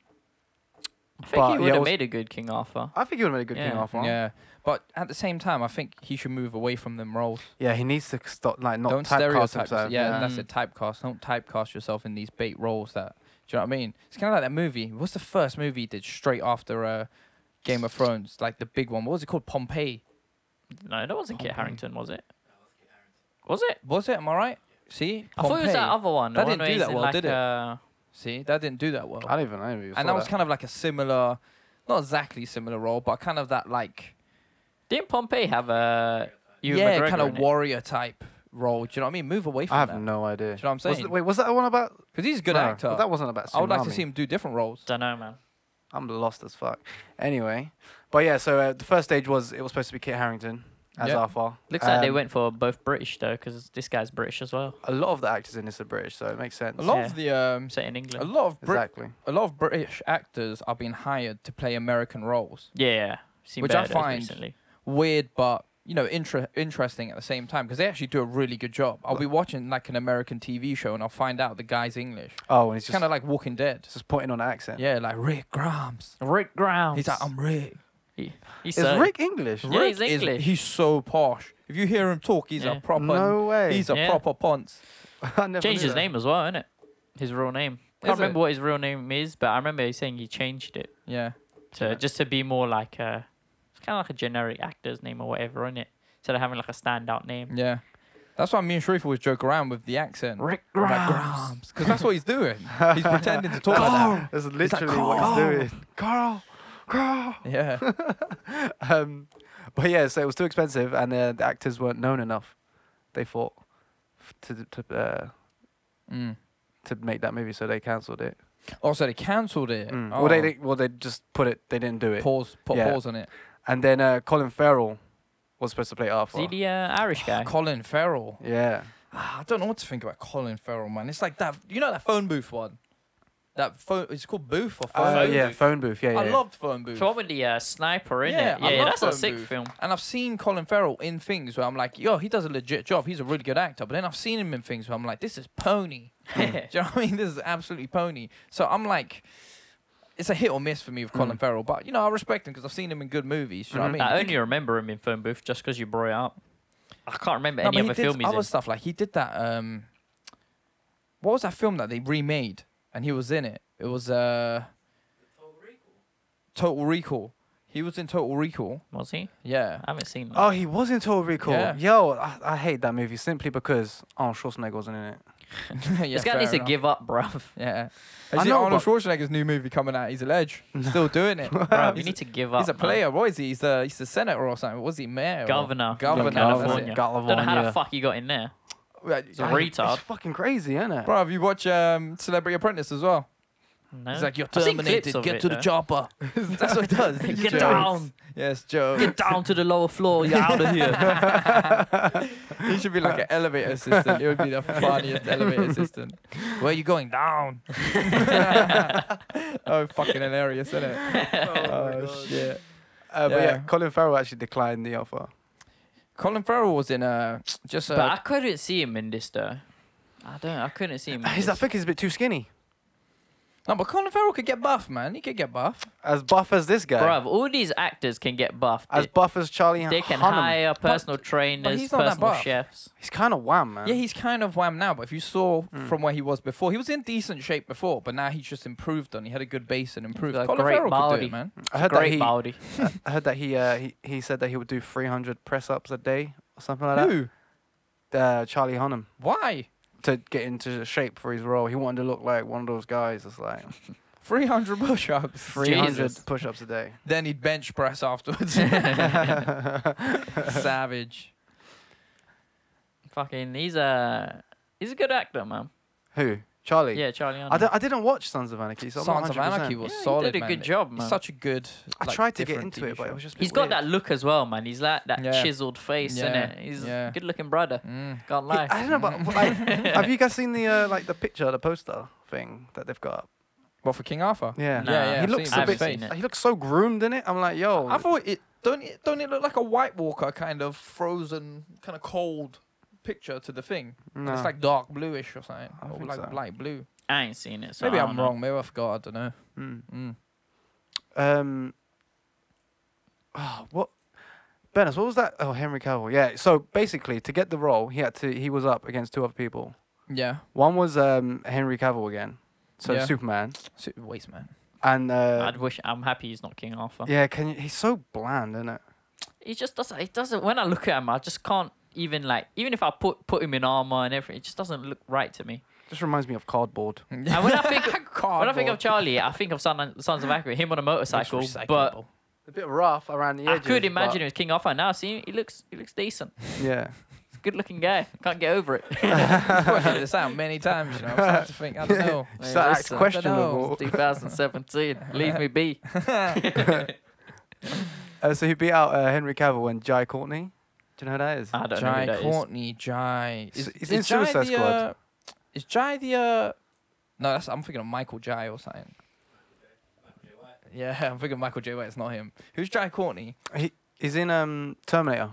[SPEAKER 3] I think
[SPEAKER 1] but,
[SPEAKER 3] he
[SPEAKER 1] yeah,
[SPEAKER 3] would have
[SPEAKER 1] also-
[SPEAKER 3] made a good King Arthur.
[SPEAKER 1] I think he would have made a good King
[SPEAKER 3] Yeah,
[SPEAKER 1] Arthur. Yeah.
[SPEAKER 2] Yeah, but at the same time, I think he should move away from them roles.
[SPEAKER 1] yeah, he needs to stop like not
[SPEAKER 2] don't
[SPEAKER 1] typecast
[SPEAKER 2] stereotype.
[SPEAKER 1] himself.
[SPEAKER 2] yeah,
[SPEAKER 3] yeah.
[SPEAKER 2] that's it. Typecast. Don't typecast yourself in these bait roles. That do you know what I mean? It's kind of like that movie. What's the first movie he did straight after uh, Game of Thrones? Like the big one. What was it called? Pompeii.
[SPEAKER 3] No, that wasn't Kit
[SPEAKER 2] Pompeii.
[SPEAKER 3] Harrington, was it? Was it?
[SPEAKER 2] Was it? Am I right? See,
[SPEAKER 3] I thought it was uh, that
[SPEAKER 2] Pompeii.
[SPEAKER 3] other one. the
[SPEAKER 2] That
[SPEAKER 3] one
[SPEAKER 2] didn't
[SPEAKER 3] where
[SPEAKER 2] do
[SPEAKER 3] he's
[SPEAKER 2] that
[SPEAKER 3] in
[SPEAKER 2] well,
[SPEAKER 3] like
[SPEAKER 2] did it?
[SPEAKER 3] a-
[SPEAKER 2] See, that didn't do that well.
[SPEAKER 1] I don't even know. If you
[SPEAKER 2] And
[SPEAKER 1] saw
[SPEAKER 2] that was kind of like a similar, not exactly similar role, but kind of that like
[SPEAKER 3] Didn't Pompey have a Ewan
[SPEAKER 2] yeah,
[SPEAKER 3] McGregor
[SPEAKER 2] kind
[SPEAKER 3] in
[SPEAKER 2] of
[SPEAKER 3] it?
[SPEAKER 2] warrior type role. Do you know what I mean? Move away from
[SPEAKER 1] I have
[SPEAKER 2] that.
[SPEAKER 1] no idea.
[SPEAKER 2] Do you know what I'm
[SPEAKER 1] Was
[SPEAKER 2] saying?
[SPEAKER 1] th- wait, was that the one about?
[SPEAKER 2] Because he's a good
[SPEAKER 1] No,
[SPEAKER 2] actor.
[SPEAKER 1] That wasn't about. Tsunami.
[SPEAKER 2] I would like to see him do different roles.
[SPEAKER 3] Don't know, man.
[SPEAKER 1] I'm lost as fuck. Anyway, but yeah, so uh, the first stage was it was supposed to be Kit Harrington as
[SPEAKER 2] Yeah.
[SPEAKER 1] Arthur.
[SPEAKER 3] Looks like they
[SPEAKER 1] Um,
[SPEAKER 3] went for both British though, because this guy's British as well.
[SPEAKER 1] A lot of the actors in this are British, so it makes sense.
[SPEAKER 2] A lot of
[SPEAKER 3] Yeah.
[SPEAKER 2] the um,
[SPEAKER 3] Set in
[SPEAKER 2] a
[SPEAKER 3] England.
[SPEAKER 2] lot of Brit-
[SPEAKER 1] Exactly.
[SPEAKER 2] a lot of British actors are being hired to play American roles.
[SPEAKER 3] Yeah, yeah. Seen
[SPEAKER 2] Which I
[SPEAKER 3] better
[SPEAKER 2] find-
[SPEAKER 3] recently.
[SPEAKER 2] Weird, but you know, inter- interesting at the same time because they actually do a really good job. I'll be watching like an American TV show and I'll find out the guy's English.
[SPEAKER 1] Oh, and he's
[SPEAKER 2] It's
[SPEAKER 1] just
[SPEAKER 2] kind of like Walking Dead.
[SPEAKER 1] It's just putting on an accent.
[SPEAKER 2] Yeah, like Rick Grimes.
[SPEAKER 3] Rick Grimes.
[SPEAKER 2] He's like, um, I'm Rick.
[SPEAKER 3] He, he's
[SPEAKER 1] Is
[SPEAKER 3] so-
[SPEAKER 1] Rick English?
[SPEAKER 3] Yeah, he's
[SPEAKER 2] Rick is-
[SPEAKER 3] English.
[SPEAKER 2] he's so posh. If you hear him talk, he's
[SPEAKER 3] Yeah.
[SPEAKER 2] a proper.
[SPEAKER 1] No way.
[SPEAKER 2] He's a
[SPEAKER 3] Yeah.
[SPEAKER 2] proper ponce.
[SPEAKER 1] I never
[SPEAKER 3] changed
[SPEAKER 1] knew
[SPEAKER 3] his
[SPEAKER 1] that.
[SPEAKER 3] name as well, innit? His real name. I
[SPEAKER 2] Is
[SPEAKER 3] can't
[SPEAKER 2] it?
[SPEAKER 3] remember what his real name is, but I remember he's saying he changed it
[SPEAKER 2] Yeah.
[SPEAKER 3] to just to be more like a, it's kind of like a generic actor's name or whatever, innit? Instead of having like a standout name.
[SPEAKER 2] Yeah. That's why me and Sharifa always joke around with the accent.
[SPEAKER 3] Rick
[SPEAKER 2] Like
[SPEAKER 3] Grimes.
[SPEAKER 2] Grimes. Because that's what he's doing. He's pretending to talk like that.
[SPEAKER 1] That's
[SPEAKER 2] He's like,
[SPEAKER 1] literally what he's
[SPEAKER 2] "Carl."
[SPEAKER 1] doing. Carl, Carl.
[SPEAKER 2] Yeah.
[SPEAKER 1] Um, but yeah, so it was too expensive, and uh, the actors weren't known enough. They thought f- to to uh,
[SPEAKER 2] Mm.
[SPEAKER 1] to make that movie, so they cancelled it.
[SPEAKER 2] Also, Oh, they cancelled it.
[SPEAKER 1] Mm.
[SPEAKER 2] Oh.
[SPEAKER 1] Well, they, they well they just put it. They didn't do it.
[SPEAKER 2] pause. Put
[SPEAKER 1] Yeah.
[SPEAKER 2] pause on it.
[SPEAKER 1] And then uh, Colin Farrell was supposed to play
[SPEAKER 3] Is he
[SPEAKER 1] Arthur.
[SPEAKER 3] the uh, Irish guy?
[SPEAKER 2] Colin Farrell.
[SPEAKER 1] Yeah.
[SPEAKER 2] Ah, I don't know what to think about Colin Farrell, man. It's like that. You know that phone booth one. That phone. It's called Booth or phone.
[SPEAKER 1] Uh,
[SPEAKER 2] booth?
[SPEAKER 1] yeah. Phone booth. Yeah. yeah.
[SPEAKER 2] I
[SPEAKER 1] yeah.
[SPEAKER 2] loved phone booth.
[SPEAKER 3] From with the uh, sniper, innit?
[SPEAKER 2] Yeah,
[SPEAKER 3] Yeah,
[SPEAKER 2] I
[SPEAKER 3] yeah,
[SPEAKER 2] love
[SPEAKER 3] that's a
[SPEAKER 2] Phone
[SPEAKER 3] sick
[SPEAKER 2] Booth.
[SPEAKER 3] film.
[SPEAKER 2] And I've seen Colin Farrell in things where I'm like, yo, he does a legit job. He's a really good actor. But then I've seen him in things where I'm like, this is pony. Do you know what I mean? This is absolutely pony. So I'm like, it's a hit or miss for me with Colin Farrell. But, you know, I respect him because I've seen him in good movies. You know what I mean?
[SPEAKER 3] Hmm. I
[SPEAKER 2] He
[SPEAKER 3] only remember him in Phone Booth just because you brought it up. I can't remember
[SPEAKER 2] No,
[SPEAKER 3] any
[SPEAKER 2] but he
[SPEAKER 3] other
[SPEAKER 2] did
[SPEAKER 3] film he's
[SPEAKER 2] other
[SPEAKER 3] in.
[SPEAKER 2] stuff. Like he did that. Um, what was that film that they remade and he was in it? It was uh, Total Recall. He was in Total Recall.
[SPEAKER 3] Was he?
[SPEAKER 2] Yeah.
[SPEAKER 3] I haven't seen that.
[SPEAKER 1] Oh, he was in Total Recall.
[SPEAKER 2] Yeah.
[SPEAKER 1] Yo, I, I hate that movie simply because Arnold Schwarzenegger wasn't in it.
[SPEAKER 2] yeah
[SPEAKER 3] this guy
[SPEAKER 2] fair
[SPEAKER 3] needs to
[SPEAKER 2] enough.
[SPEAKER 3] give up, bruv.
[SPEAKER 2] Yeah.
[SPEAKER 1] I
[SPEAKER 2] I see
[SPEAKER 1] know,
[SPEAKER 2] Arnold Schwarzenegger's new movie coming out. He's a ledge. Still doing it.
[SPEAKER 3] bruv you
[SPEAKER 2] He's
[SPEAKER 3] need to give
[SPEAKER 2] a-
[SPEAKER 3] up.
[SPEAKER 2] He's a
[SPEAKER 3] man.
[SPEAKER 2] player. What is he? He's a, he's a senator or something. Was he mayor? or-
[SPEAKER 3] Governor. of
[SPEAKER 2] Governor. that's it.
[SPEAKER 3] California.
[SPEAKER 1] California.
[SPEAKER 3] Don't know how the fuck he got in there.
[SPEAKER 2] Right,
[SPEAKER 3] a
[SPEAKER 1] I-
[SPEAKER 2] I-
[SPEAKER 3] retard.
[SPEAKER 1] It's fucking crazy, isn't it?
[SPEAKER 2] Bro, have you watch um, Celebrity Apprentice as well?
[SPEAKER 3] No.
[SPEAKER 2] He's like, you're
[SPEAKER 3] I've seen clips
[SPEAKER 2] terminated.
[SPEAKER 3] of
[SPEAKER 2] Get
[SPEAKER 3] it,
[SPEAKER 2] to the
[SPEAKER 3] though.
[SPEAKER 2] chopper. That's what he does. He's
[SPEAKER 3] Get
[SPEAKER 2] jokes.
[SPEAKER 3] down.
[SPEAKER 2] Yes, Joe.
[SPEAKER 3] Get down to the lower floor. You're out of here.
[SPEAKER 2] He should be like an elevator assistant. It would be the funniest elevator assistant. Where are you going? Down. oh, fucking hilarious, isn't it? Oh, shit.
[SPEAKER 1] Uh, but yeah,
[SPEAKER 2] Yeah.
[SPEAKER 1] Colin Farrell actually declined the offer.
[SPEAKER 2] Colin Farrell was in uh, just
[SPEAKER 3] but I
[SPEAKER 2] a.
[SPEAKER 3] couldn't see him in this though. I don't. I couldn't see him. in
[SPEAKER 1] He's, I
[SPEAKER 3] this.
[SPEAKER 1] think he's a bit too skinny.
[SPEAKER 2] No, but Colin Farrell could get buff, man. He could get buff.
[SPEAKER 1] As buff as this guy.
[SPEAKER 3] Bruv, all these actors can get buffed.
[SPEAKER 1] As
[SPEAKER 3] They-
[SPEAKER 1] buff as Charlie
[SPEAKER 3] they can
[SPEAKER 1] Hunnam.
[SPEAKER 3] hire personal trainers,
[SPEAKER 2] he's not that
[SPEAKER 3] personal
[SPEAKER 2] buff.
[SPEAKER 3] chefs.
[SPEAKER 1] He's kind of wham, man.
[SPEAKER 2] Yeah, he's kind of wham now, but if you saw
[SPEAKER 1] Mm.
[SPEAKER 2] from where he was before, he was in decent shape before, but now he's just improved on. He had a good base and improved.
[SPEAKER 3] got a
[SPEAKER 2] Colin
[SPEAKER 3] great
[SPEAKER 2] Farrell could do
[SPEAKER 3] body.
[SPEAKER 2] it, man.
[SPEAKER 1] I heard that
[SPEAKER 3] Great
[SPEAKER 1] he,
[SPEAKER 3] Baldy.
[SPEAKER 1] I heard that he, uh, he he said that he would do 300 press ups a day or something like
[SPEAKER 2] Who?
[SPEAKER 1] that. Uh, Charlie Hunnam
[SPEAKER 2] Why?
[SPEAKER 1] to get into shape for his role. He wanted to look like one of those guys that's like
[SPEAKER 2] 300 push-ups.
[SPEAKER 1] 300
[SPEAKER 3] Jesus.
[SPEAKER 1] push ups a day.
[SPEAKER 2] Then he'd bench press afterwards. Savage.
[SPEAKER 3] Fucking, he's a he's a good actor, man.
[SPEAKER 1] Who? Charlie.
[SPEAKER 3] Yeah, Charlie. Hunnam.
[SPEAKER 1] I, d- I didn't watch Sons of Anarchy. So I'm not
[SPEAKER 2] Sons of
[SPEAKER 1] 100%.
[SPEAKER 2] Anarchy was
[SPEAKER 3] Yeah, he
[SPEAKER 2] solid,
[SPEAKER 3] did a
[SPEAKER 2] man.
[SPEAKER 3] good job,
[SPEAKER 2] He's
[SPEAKER 3] man.
[SPEAKER 2] such a good.
[SPEAKER 1] I
[SPEAKER 2] like,
[SPEAKER 1] tried to get
[SPEAKER 2] different
[SPEAKER 1] into
[SPEAKER 2] TV
[SPEAKER 1] it, but
[SPEAKER 2] show.
[SPEAKER 1] it was just. a bit
[SPEAKER 3] He's got
[SPEAKER 1] weird.
[SPEAKER 3] that look as well, man. He's like that
[SPEAKER 2] Yeah.
[SPEAKER 3] chiseled face,
[SPEAKER 2] Yeah.
[SPEAKER 3] innit? He's
[SPEAKER 2] Yeah.
[SPEAKER 3] a good looking brother.
[SPEAKER 2] Mm.
[SPEAKER 3] Can't
[SPEAKER 1] Yeah,
[SPEAKER 3] lie.
[SPEAKER 1] I don't know, but but, like, have you guys seen the uh, like the picture, the poster thing that they've got?
[SPEAKER 2] Well, for King Arthur.
[SPEAKER 1] Yeah.
[SPEAKER 3] Nah,
[SPEAKER 2] yeah, yeah.
[SPEAKER 1] He
[SPEAKER 2] I've
[SPEAKER 1] looks
[SPEAKER 2] seen
[SPEAKER 1] a
[SPEAKER 2] it.
[SPEAKER 1] bit-
[SPEAKER 2] Face.
[SPEAKER 3] seen it.
[SPEAKER 1] He looks so groomed in it. I'm like,
[SPEAKER 3] Oh.
[SPEAKER 1] yo.
[SPEAKER 2] I thought it don't it don't it look like a White Walker kind of frozen, kind of cold picture to the thing. And
[SPEAKER 1] No.
[SPEAKER 2] It's like dark bluish or something,
[SPEAKER 1] I
[SPEAKER 2] or
[SPEAKER 1] think
[SPEAKER 2] like
[SPEAKER 1] so.
[SPEAKER 2] light blue.
[SPEAKER 3] I ain't seen it. So
[SPEAKER 2] Maybe
[SPEAKER 3] I
[SPEAKER 2] I'm
[SPEAKER 3] don't know.
[SPEAKER 2] wrong. Maybe I forgot. I don't know.
[SPEAKER 1] Mm.
[SPEAKER 2] Mm.
[SPEAKER 1] Um, oh, what? Bennis, what was that? Oh, Henry Cavill. Yeah. So basically, to get the role, he had to. He was up against two other people.
[SPEAKER 2] Yeah,
[SPEAKER 1] One was um, Henry Cavill again, so
[SPEAKER 2] Yeah.
[SPEAKER 1] Superman,
[SPEAKER 2] Su- waste man.
[SPEAKER 1] and uh,
[SPEAKER 3] I'd wish. I'm happy he's not King Arthur.
[SPEAKER 1] yeah, can you, he's so bland, isn't it?
[SPEAKER 3] He just doesn't. It doesn't. When I look at him, I just can't even like. Even if I put put him in armor and everything, it just doesn't look right to me.
[SPEAKER 1] Just reminds me of cardboard.
[SPEAKER 3] And when I think when I think of
[SPEAKER 2] Cardboard.
[SPEAKER 3] Charlie, I think of Son, Sons of Anarchy, him on a
[SPEAKER 2] Looks
[SPEAKER 3] motorcycle. But
[SPEAKER 2] recyclable.
[SPEAKER 1] A bit rough around the
[SPEAKER 3] I
[SPEAKER 1] edges.
[SPEAKER 3] could imagine
[SPEAKER 1] but-
[SPEAKER 3] him as King Arthur. Now I see him, he looks he looks decent.
[SPEAKER 1] Yeah.
[SPEAKER 3] He's a good looking guy. Can't get over it.
[SPEAKER 2] I've pointed this out many times. You know, I'm starting to think I don't know.
[SPEAKER 1] So that's
[SPEAKER 3] listen, I dunno.
[SPEAKER 1] questionable.
[SPEAKER 3] 2017. Leave me be.
[SPEAKER 1] Uh, so he beat out uh, Henry Cavill and Jai Courtney. Do you know who that is?
[SPEAKER 3] I don't know. Who
[SPEAKER 2] Jai
[SPEAKER 3] that is.
[SPEAKER 2] Courtney, Jai.
[SPEAKER 1] S- he's in Suicide
[SPEAKER 2] the,
[SPEAKER 1] Squad.
[SPEAKER 2] uh, is Jai the? Uh, no, that's I'm thinking of Michael Jai or something. Yeah, I'm thinking of Michael J. White. It's not him. Who's Jai Courtney?
[SPEAKER 1] He, he's in um, Terminator.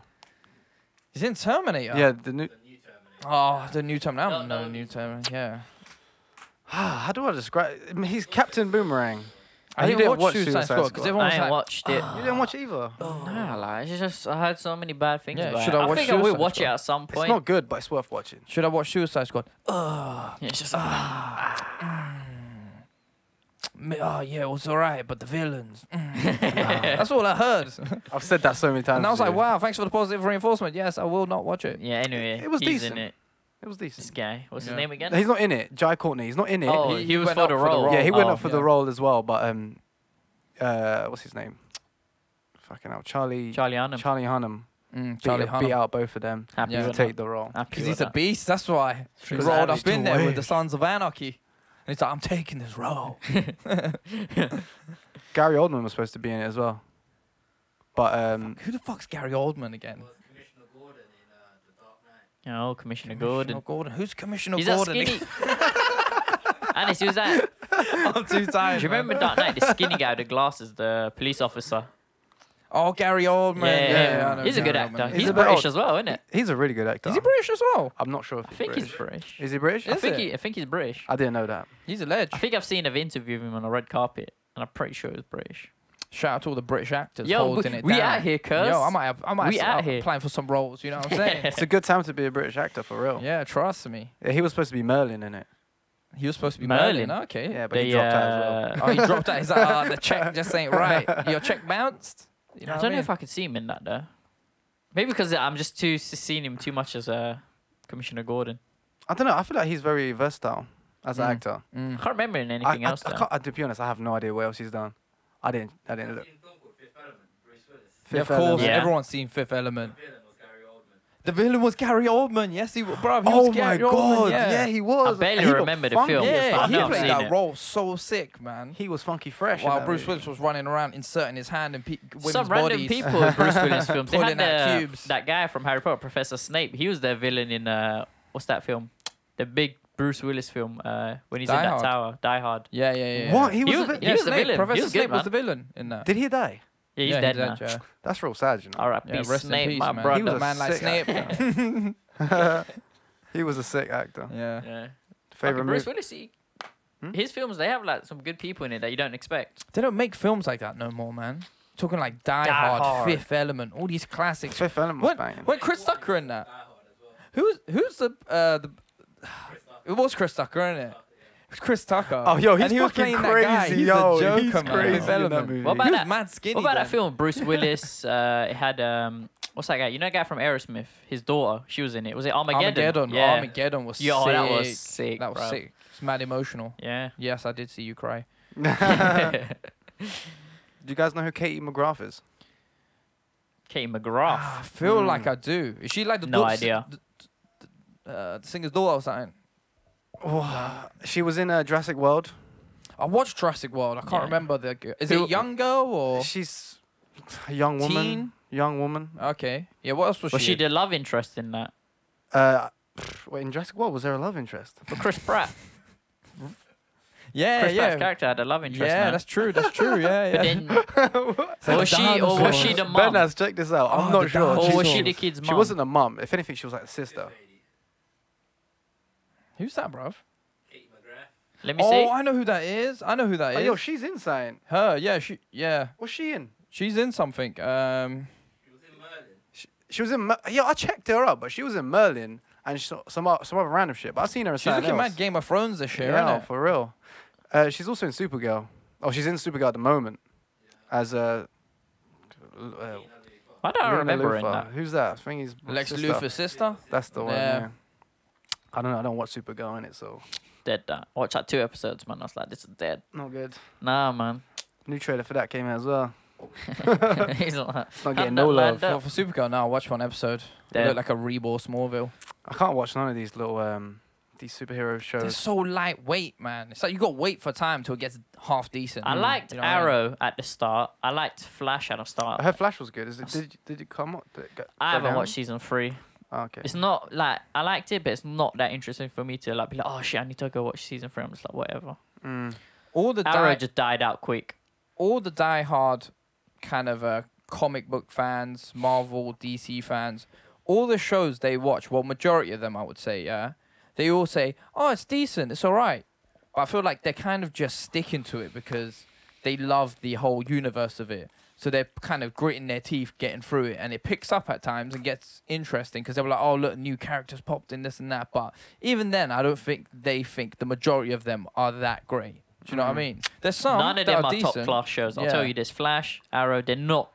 [SPEAKER 2] He's in Terminator.
[SPEAKER 1] Yeah, the new.
[SPEAKER 2] Oh, the new Terminator. I'm
[SPEAKER 3] No,
[SPEAKER 2] no
[SPEAKER 3] no.
[SPEAKER 2] new Terminator. Yeah.
[SPEAKER 1] Ah, How do I describe? I mean, he's Captain Boomerang.
[SPEAKER 2] I
[SPEAKER 1] you
[SPEAKER 2] didn't, watch, Suicide Squad because everyone
[SPEAKER 3] I
[SPEAKER 2] was
[SPEAKER 3] ain't
[SPEAKER 2] like,
[SPEAKER 3] watched it.
[SPEAKER 1] You didn't watch either.
[SPEAKER 3] Oh, Nah, like it's just I heard so many bad things
[SPEAKER 2] Yeah,
[SPEAKER 3] about
[SPEAKER 2] should
[SPEAKER 3] it.
[SPEAKER 2] I
[SPEAKER 3] I,
[SPEAKER 2] watch
[SPEAKER 3] think I will
[SPEAKER 2] Suicide
[SPEAKER 3] watch it
[SPEAKER 2] Squad?
[SPEAKER 3] at some
[SPEAKER 1] It's
[SPEAKER 3] point.
[SPEAKER 1] not good, but it's worth watching.
[SPEAKER 2] should I watch Suicide Squad?
[SPEAKER 3] Yeah, it's just like,
[SPEAKER 2] Me- Oh yeah, it was alright, but the villains. mm. That's all I heard,
[SPEAKER 1] I've said that so many times.
[SPEAKER 2] and I was
[SPEAKER 1] to
[SPEAKER 2] like,
[SPEAKER 1] you.
[SPEAKER 2] wow, thanks for the positive reinforcement. Yes, I will not watch it.
[SPEAKER 3] yeah. Anyway,
[SPEAKER 1] it was
[SPEAKER 3] he's
[SPEAKER 1] decent.
[SPEAKER 3] in it.
[SPEAKER 1] It was
[SPEAKER 3] This
[SPEAKER 1] decent.
[SPEAKER 3] guy. What's
[SPEAKER 2] Yeah.
[SPEAKER 3] his name again?
[SPEAKER 1] He's not in it. Jai Courtney. He's not in it.
[SPEAKER 3] oh,
[SPEAKER 2] he-
[SPEAKER 3] he,
[SPEAKER 2] he
[SPEAKER 3] was
[SPEAKER 2] went
[SPEAKER 3] for
[SPEAKER 2] up
[SPEAKER 3] the
[SPEAKER 2] for the
[SPEAKER 3] role.
[SPEAKER 2] role.
[SPEAKER 1] yeah, he went
[SPEAKER 3] Oh.
[SPEAKER 1] up for the
[SPEAKER 2] yeah.
[SPEAKER 1] role as well, but um, uh, what's his name? Fucking hell, Charlie.
[SPEAKER 3] Charlie Hunnam.
[SPEAKER 1] Charlie Hunnam.
[SPEAKER 2] Mm,
[SPEAKER 1] Beat, Charlie
[SPEAKER 2] Charlie
[SPEAKER 1] beat,
[SPEAKER 2] Hunnam.
[SPEAKER 1] out both of them
[SPEAKER 3] Happy
[SPEAKER 2] Yeah.
[SPEAKER 1] to
[SPEAKER 3] with
[SPEAKER 1] take the role.
[SPEAKER 3] that. Happy
[SPEAKER 2] Because
[SPEAKER 3] with
[SPEAKER 2] he's a
[SPEAKER 3] that.
[SPEAKER 2] beast, that's why. He
[SPEAKER 1] Because
[SPEAKER 2] rolled
[SPEAKER 1] that is
[SPEAKER 2] up in
[SPEAKER 1] the
[SPEAKER 2] there
[SPEAKER 1] way.
[SPEAKER 2] with the Sons of Anarchy. And he's like, I'm taking this role.
[SPEAKER 1] Gary Oldman was supposed to be in it as well, but um,
[SPEAKER 2] Who the fuck's Gary Oldman again?
[SPEAKER 3] Oh,
[SPEAKER 2] Commissioner
[SPEAKER 3] Commissioner Gordon.
[SPEAKER 2] Gordon. Who's Commissioner
[SPEAKER 3] He's that
[SPEAKER 2] Gordon?
[SPEAKER 3] skinny. Anis, who's that?
[SPEAKER 2] I'm too tired.
[SPEAKER 3] Do you remember Dark Knight? The skinny guy with the glasses, the police officer.
[SPEAKER 2] Oh, Gary Oldman.
[SPEAKER 3] yeah,
[SPEAKER 2] Yeah,
[SPEAKER 1] yeah, yeah.
[SPEAKER 2] I know
[SPEAKER 3] he's a
[SPEAKER 2] Gary
[SPEAKER 3] good
[SPEAKER 2] Oldman.
[SPEAKER 3] actor.
[SPEAKER 1] He's
[SPEAKER 3] He's,
[SPEAKER 1] a bit
[SPEAKER 3] British
[SPEAKER 1] old.
[SPEAKER 3] as well, isn't it?
[SPEAKER 1] he's a really good actor.
[SPEAKER 2] Is he British as well?
[SPEAKER 1] I'm not sure if
[SPEAKER 3] I
[SPEAKER 1] he's
[SPEAKER 3] think
[SPEAKER 1] British.
[SPEAKER 3] he's British.
[SPEAKER 1] Is he British?
[SPEAKER 3] I
[SPEAKER 2] Is
[SPEAKER 3] think
[SPEAKER 2] it?
[SPEAKER 3] he, I think he's British.
[SPEAKER 1] I didn't know that.
[SPEAKER 2] He's a ledge.
[SPEAKER 3] I think I've seen an interview of him on a red carpet, and I'm pretty sure it was British.
[SPEAKER 2] Shout out to all the British actors
[SPEAKER 3] Yo, we-
[SPEAKER 2] holding it
[SPEAKER 3] we
[SPEAKER 2] down.
[SPEAKER 3] out here, cuz.
[SPEAKER 2] Yo, I might, have, I might
[SPEAKER 3] We
[SPEAKER 2] have
[SPEAKER 3] out here.
[SPEAKER 2] applying for some roles. You know what I'm saying?
[SPEAKER 1] It's a good time to be a British actor for real.
[SPEAKER 2] yeah, trust me.
[SPEAKER 1] Yeah, He was supposed to be Merlin in it.
[SPEAKER 2] He was supposed to be Merlin.
[SPEAKER 3] Merlin.
[SPEAKER 2] Okay.
[SPEAKER 1] Yeah, but
[SPEAKER 3] They,
[SPEAKER 1] he dropped out as well.
[SPEAKER 3] uh,
[SPEAKER 2] Oh, he dropped out. He's like, oh, the check just ain't right. Your check bounced. You know
[SPEAKER 3] I
[SPEAKER 2] what
[SPEAKER 3] don't know
[SPEAKER 2] mean?
[SPEAKER 3] if I could see him in that though. Maybe because I'm just too seeing him too much as uh, Commissioner Gordon.
[SPEAKER 1] I don't know. I feel like he's very versatile as an
[SPEAKER 2] Mm.
[SPEAKER 1] actor.
[SPEAKER 3] I can't remember in
[SPEAKER 1] I,
[SPEAKER 3] anything
[SPEAKER 1] I,
[SPEAKER 3] else
[SPEAKER 1] I
[SPEAKER 3] though.
[SPEAKER 1] can't, I, to be honest, I have no idea what else he's done. I didn't. I didn't look.
[SPEAKER 2] Yeah, of
[SPEAKER 1] Fifth
[SPEAKER 2] course,
[SPEAKER 1] Element.
[SPEAKER 3] Yeah.
[SPEAKER 2] everyone's seen Fifth Element. The villain was Gary Oldman. Yes, he was. Bro, he
[SPEAKER 1] Oh
[SPEAKER 2] was
[SPEAKER 1] my
[SPEAKER 2] Gary
[SPEAKER 1] god!
[SPEAKER 2] Oldman. Yeah,
[SPEAKER 1] Yeah, he was.
[SPEAKER 3] I barely
[SPEAKER 1] And he looked
[SPEAKER 3] remember the
[SPEAKER 1] funky
[SPEAKER 3] film,
[SPEAKER 1] as
[SPEAKER 2] Yeah,
[SPEAKER 3] but I
[SPEAKER 1] fuck.
[SPEAKER 2] he
[SPEAKER 3] know I've
[SPEAKER 2] played
[SPEAKER 3] seen
[SPEAKER 2] that
[SPEAKER 3] it.
[SPEAKER 2] role so sick, man.
[SPEAKER 1] He was funky fresh. in
[SPEAKER 2] While
[SPEAKER 1] that
[SPEAKER 2] Bruce
[SPEAKER 1] movie.
[SPEAKER 2] Willis was running around inserting his hand in pe- women's
[SPEAKER 3] Some random
[SPEAKER 2] bodies.
[SPEAKER 3] people in Bruce Willis films. They
[SPEAKER 2] Pulling
[SPEAKER 3] had
[SPEAKER 2] out
[SPEAKER 3] the,
[SPEAKER 2] cubes.
[SPEAKER 3] that guy from Harry Potter, Professor Snape. He was their villain in uh, what's that film? The big Bruce Willis film uh, when he's
[SPEAKER 2] Die
[SPEAKER 3] in that
[SPEAKER 2] Hard.
[SPEAKER 3] tower, Die Hard.
[SPEAKER 2] Yeah, yeah, yeah.
[SPEAKER 1] What?
[SPEAKER 2] yeah.
[SPEAKER 1] He was.
[SPEAKER 3] He
[SPEAKER 1] a
[SPEAKER 3] was-
[SPEAKER 1] bit,
[SPEAKER 3] yeah. he was the
[SPEAKER 2] Snape,
[SPEAKER 3] villain. He
[SPEAKER 2] Professor
[SPEAKER 3] was good,
[SPEAKER 2] Snape was
[SPEAKER 3] man.
[SPEAKER 2] the villain in that.
[SPEAKER 1] Did he die?
[SPEAKER 3] Yeah, he's
[SPEAKER 2] yeah,
[SPEAKER 3] dead
[SPEAKER 2] he
[SPEAKER 3] now.
[SPEAKER 2] did, yeah.
[SPEAKER 1] That's real sad, you know.
[SPEAKER 3] R.I.P.
[SPEAKER 2] Yeah, rest in
[SPEAKER 3] Snape,
[SPEAKER 2] peace,
[SPEAKER 3] my
[SPEAKER 2] man.
[SPEAKER 3] brother.
[SPEAKER 1] He was a
[SPEAKER 2] man like
[SPEAKER 1] sick
[SPEAKER 2] Snape.
[SPEAKER 1] actor. he was a sick actor.
[SPEAKER 2] Yeah.
[SPEAKER 3] yeah.
[SPEAKER 1] Favorite
[SPEAKER 3] Bruce
[SPEAKER 1] movie?
[SPEAKER 3] Willis, he
[SPEAKER 2] Hmm?
[SPEAKER 3] His films, they have like some good people in it that you don't expect.
[SPEAKER 2] They don't make films like that no more, man. Talking like Die,
[SPEAKER 3] Die
[SPEAKER 2] Hard,
[SPEAKER 3] Hard.
[SPEAKER 2] Fifth Element, all these classics.
[SPEAKER 1] Fifth Element was
[SPEAKER 2] When,
[SPEAKER 1] banging.
[SPEAKER 2] when Chris Tucker in that. Who's who's the uh the it was Chris Tucker, isn't it? It was Chris Tucker.
[SPEAKER 1] Oh, yo, he's
[SPEAKER 2] and he was
[SPEAKER 1] fucking
[SPEAKER 2] playing that guy.
[SPEAKER 1] crazy,
[SPEAKER 2] He's
[SPEAKER 1] yo.
[SPEAKER 2] a joker,
[SPEAKER 1] He's
[SPEAKER 2] man.
[SPEAKER 1] crazy
[SPEAKER 2] Fifth
[SPEAKER 1] in that
[SPEAKER 2] Element.
[SPEAKER 1] movie.
[SPEAKER 3] What about
[SPEAKER 2] he was
[SPEAKER 3] that-
[SPEAKER 2] mad skinny.
[SPEAKER 3] What about
[SPEAKER 2] then.
[SPEAKER 3] that film? Bruce Willis. uh, it had um, what's that guy? You know, that guy from Aerosmith. His daughter. She was in it. Was it Armageddon?
[SPEAKER 2] Armageddon.
[SPEAKER 3] Yeah.
[SPEAKER 2] Armageddon was
[SPEAKER 3] Yo,
[SPEAKER 2] sick.
[SPEAKER 3] that was sick,
[SPEAKER 2] That was
[SPEAKER 3] bro.
[SPEAKER 2] sick. It's mad emotional.
[SPEAKER 3] Yeah.
[SPEAKER 2] Yes, I did see you cry.
[SPEAKER 1] Do you guys know who Katie McGrath is?
[SPEAKER 3] Katie McGrath.
[SPEAKER 2] I Ah, feel like I do. Is she like the
[SPEAKER 3] Ah, hmm. No
[SPEAKER 2] daughter-
[SPEAKER 3] idea.
[SPEAKER 2] th- th- th- uh, the singer's daughter or something?
[SPEAKER 1] She was in uh, Jurassic World.
[SPEAKER 2] I watched Jurassic World. I can't
[SPEAKER 3] Yeah.
[SPEAKER 2] remember the. g- Is
[SPEAKER 1] Who-
[SPEAKER 2] it a young girl or?
[SPEAKER 1] She's a young woman.
[SPEAKER 2] Teen?
[SPEAKER 1] Young woman.
[SPEAKER 2] Okay. Yeah. What else was
[SPEAKER 3] Was
[SPEAKER 2] she?
[SPEAKER 3] she
[SPEAKER 2] in?
[SPEAKER 3] the love interest in that
[SPEAKER 1] Uh, pff, wait, in Jurassic World, was there a love interest?
[SPEAKER 3] for Chris Pratt?
[SPEAKER 2] yeah.
[SPEAKER 3] Chris Pratt's
[SPEAKER 2] yeah.
[SPEAKER 3] character had a love interest.
[SPEAKER 2] Yeah.
[SPEAKER 3] man.
[SPEAKER 2] That's true. That's true. Yeah.
[SPEAKER 3] But
[SPEAKER 2] Yeah.
[SPEAKER 3] then
[SPEAKER 2] like
[SPEAKER 3] was
[SPEAKER 2] the
[SPEAKER 3] she or was she
[SPEAKER 2] dinosaurs.
[SPEAKER 3] the mom?
[SPEAKER 1] Bernas, check this out. I'm
[SPEAKER 2] Oh,
[SPEAKER 1] not
[SPEAKER 2] the
[SPEAKER 1] sure.
[SPEAKER 2] dinosaurs.
[SPEAKER 3] or was
[SPEAKER 2] she
[SPEAKER 3] she
[SPEAKER 2] was-
[SPEAKER 3] the kid's mom?
[SPEAKER 1] She wasn't a mum. If anything, she was like a sister.
[SPEAKER 2] Who's that, bruv?
[SPEAKER 3] Let me
[SPEAKER 2] Oh,
[SPEAKER 3] see.
[SPEAKER 2] I know who that is. I know who that
[SPEAKER 1] Oh,
[SPEAKER 2] is.
[SPEAKER 1] yo, she's in something.
[SPEAKER 2] Her. Yeah. She. Yeah.
[SPEAKER 1] What's she in?
[SPEAKER 2] She's in something. Um.
[SPEAKER 1] She, she was in. Mer- yo, I checked her up, but she was in Merlin and she, some o- some other random shit. But I've seen her in
[SPEAKER 2] She's
[SPEAKER 1] something
[SPEAKER 2] looking
[SPEAKER 1] else.
[SPEAKER 2] mad Game of Thrones this year,
[SPEAKER 1] yeah,
[SPEAKER 2] innit?
[SPEAKER 1] for real. Uh, she's also in Supergirl. Oh, she's in Supergirl at the moment as a. Uh, uh,
[SPEAKER 3] Why don't I
[SPEAKER 1] Luna
[SPEAKER 3] remember her in
[SPEAKER 1] Luthor.
[SPEAKER 3] that?
[SPEAKER 1] Who's that? I think he's
[SPEAKER 2] Lex
[SPEAKER 1] sister.
[SPEAKER 2] Luthor's sister.
[SPEAKER 1] That's the one.
[SPEAKER 2] Yeah.
[SPEAKER 1] Yeah. I don't know. I don't watch Supergirl in it, so
[SPEAKER 3] Dead that. Watch that two episodes, man. I was like, this is dead.
[SPEAKER 1] not good.
[SPEAKER 3] Nah, man.
[SPEAKER 1] New trailer for that came out as well.
[SPEAKER 3] He's like,
[SPEAKER 1] It's not
[SPEAKER 3] Hand
[SPEAKER 1] getting
[SPEAKER 3] up,
[SPEAKER 1] no
[SPEAKER 3] land
[SPEAKER 1] love.
[SPEAKER 3] up.
[SPEAKER 2] Well, for Supergirl now, watch one episode.
[SPEAKER 3] Damn.
[SPEAKER 2] Look like a reborn Smallville.
[SPEAKER 1] I can't watch none of these little um these superhero
[SPEAKER 2] They're
[SPEAKER 1] shows.
[SPEAKER 2] so lightweight, man. It's like you got to wait for time till it gets half decent. Mm.
[SPEAKER 3] I liked
[SPEAKER 2] You know what I mean?
[SPEAKER 3] Arrow at the start. I liked Flash at the start.
[SPEAKER 1] I heard Flash was good. Is it? Did did it come? up? Did it go,
[SPEAKER 3] I
[SPEAKER 1] go
[SPEAKER 3] haven't
[SPEAKER 1] down?
[SPEAKER 3] watched season three.
[SPEAKER 1] Oh,
[SPEAKER 2] Ah,
[SPEAKER 1] okay.
[SPEAKER 3] It's not like I liked it, but it's not that interesting for me to like be like, oh shit, I need to go watch season three. I'm just like, whatever.
[SPEAKER 1] Mm.
[SPEAKER 2] All the
[SPEAKER 3] Arrow
[SPEAKER 2] die,
[SPEAKER 3] just died out quick.
[SPEAKER 2] all the diehard kind of uh, comic book fans, Marvel, DC fans, all the shows they watch. Well, majority of them, I would say, yeah, they all say, "Oh, it's decent, it's all right." But I feel like they're kind of just sticking to it because they love the whole universe of it. So they're kind of gritting their teeth, getting through it, and it picks up at times and gets interesting because they were like, "Oh, look, new characters popped in this and that." But even then, I don't think they think the majority of them are that great. Do you know what I mean? There's some
[SPEAKER 3] Mm. None of
[SPEAKER 2] that
[SPEAKER 3] them
[SPEAKER 2] are
[SPEAKER 3] are
[SPEAKER 2] decent.
[SPEAKER 3] top class shows. I'll tell
[SPEAKER 2] Yeah.
[SPEAKER 3] you this: Flash, Arrow, they're not.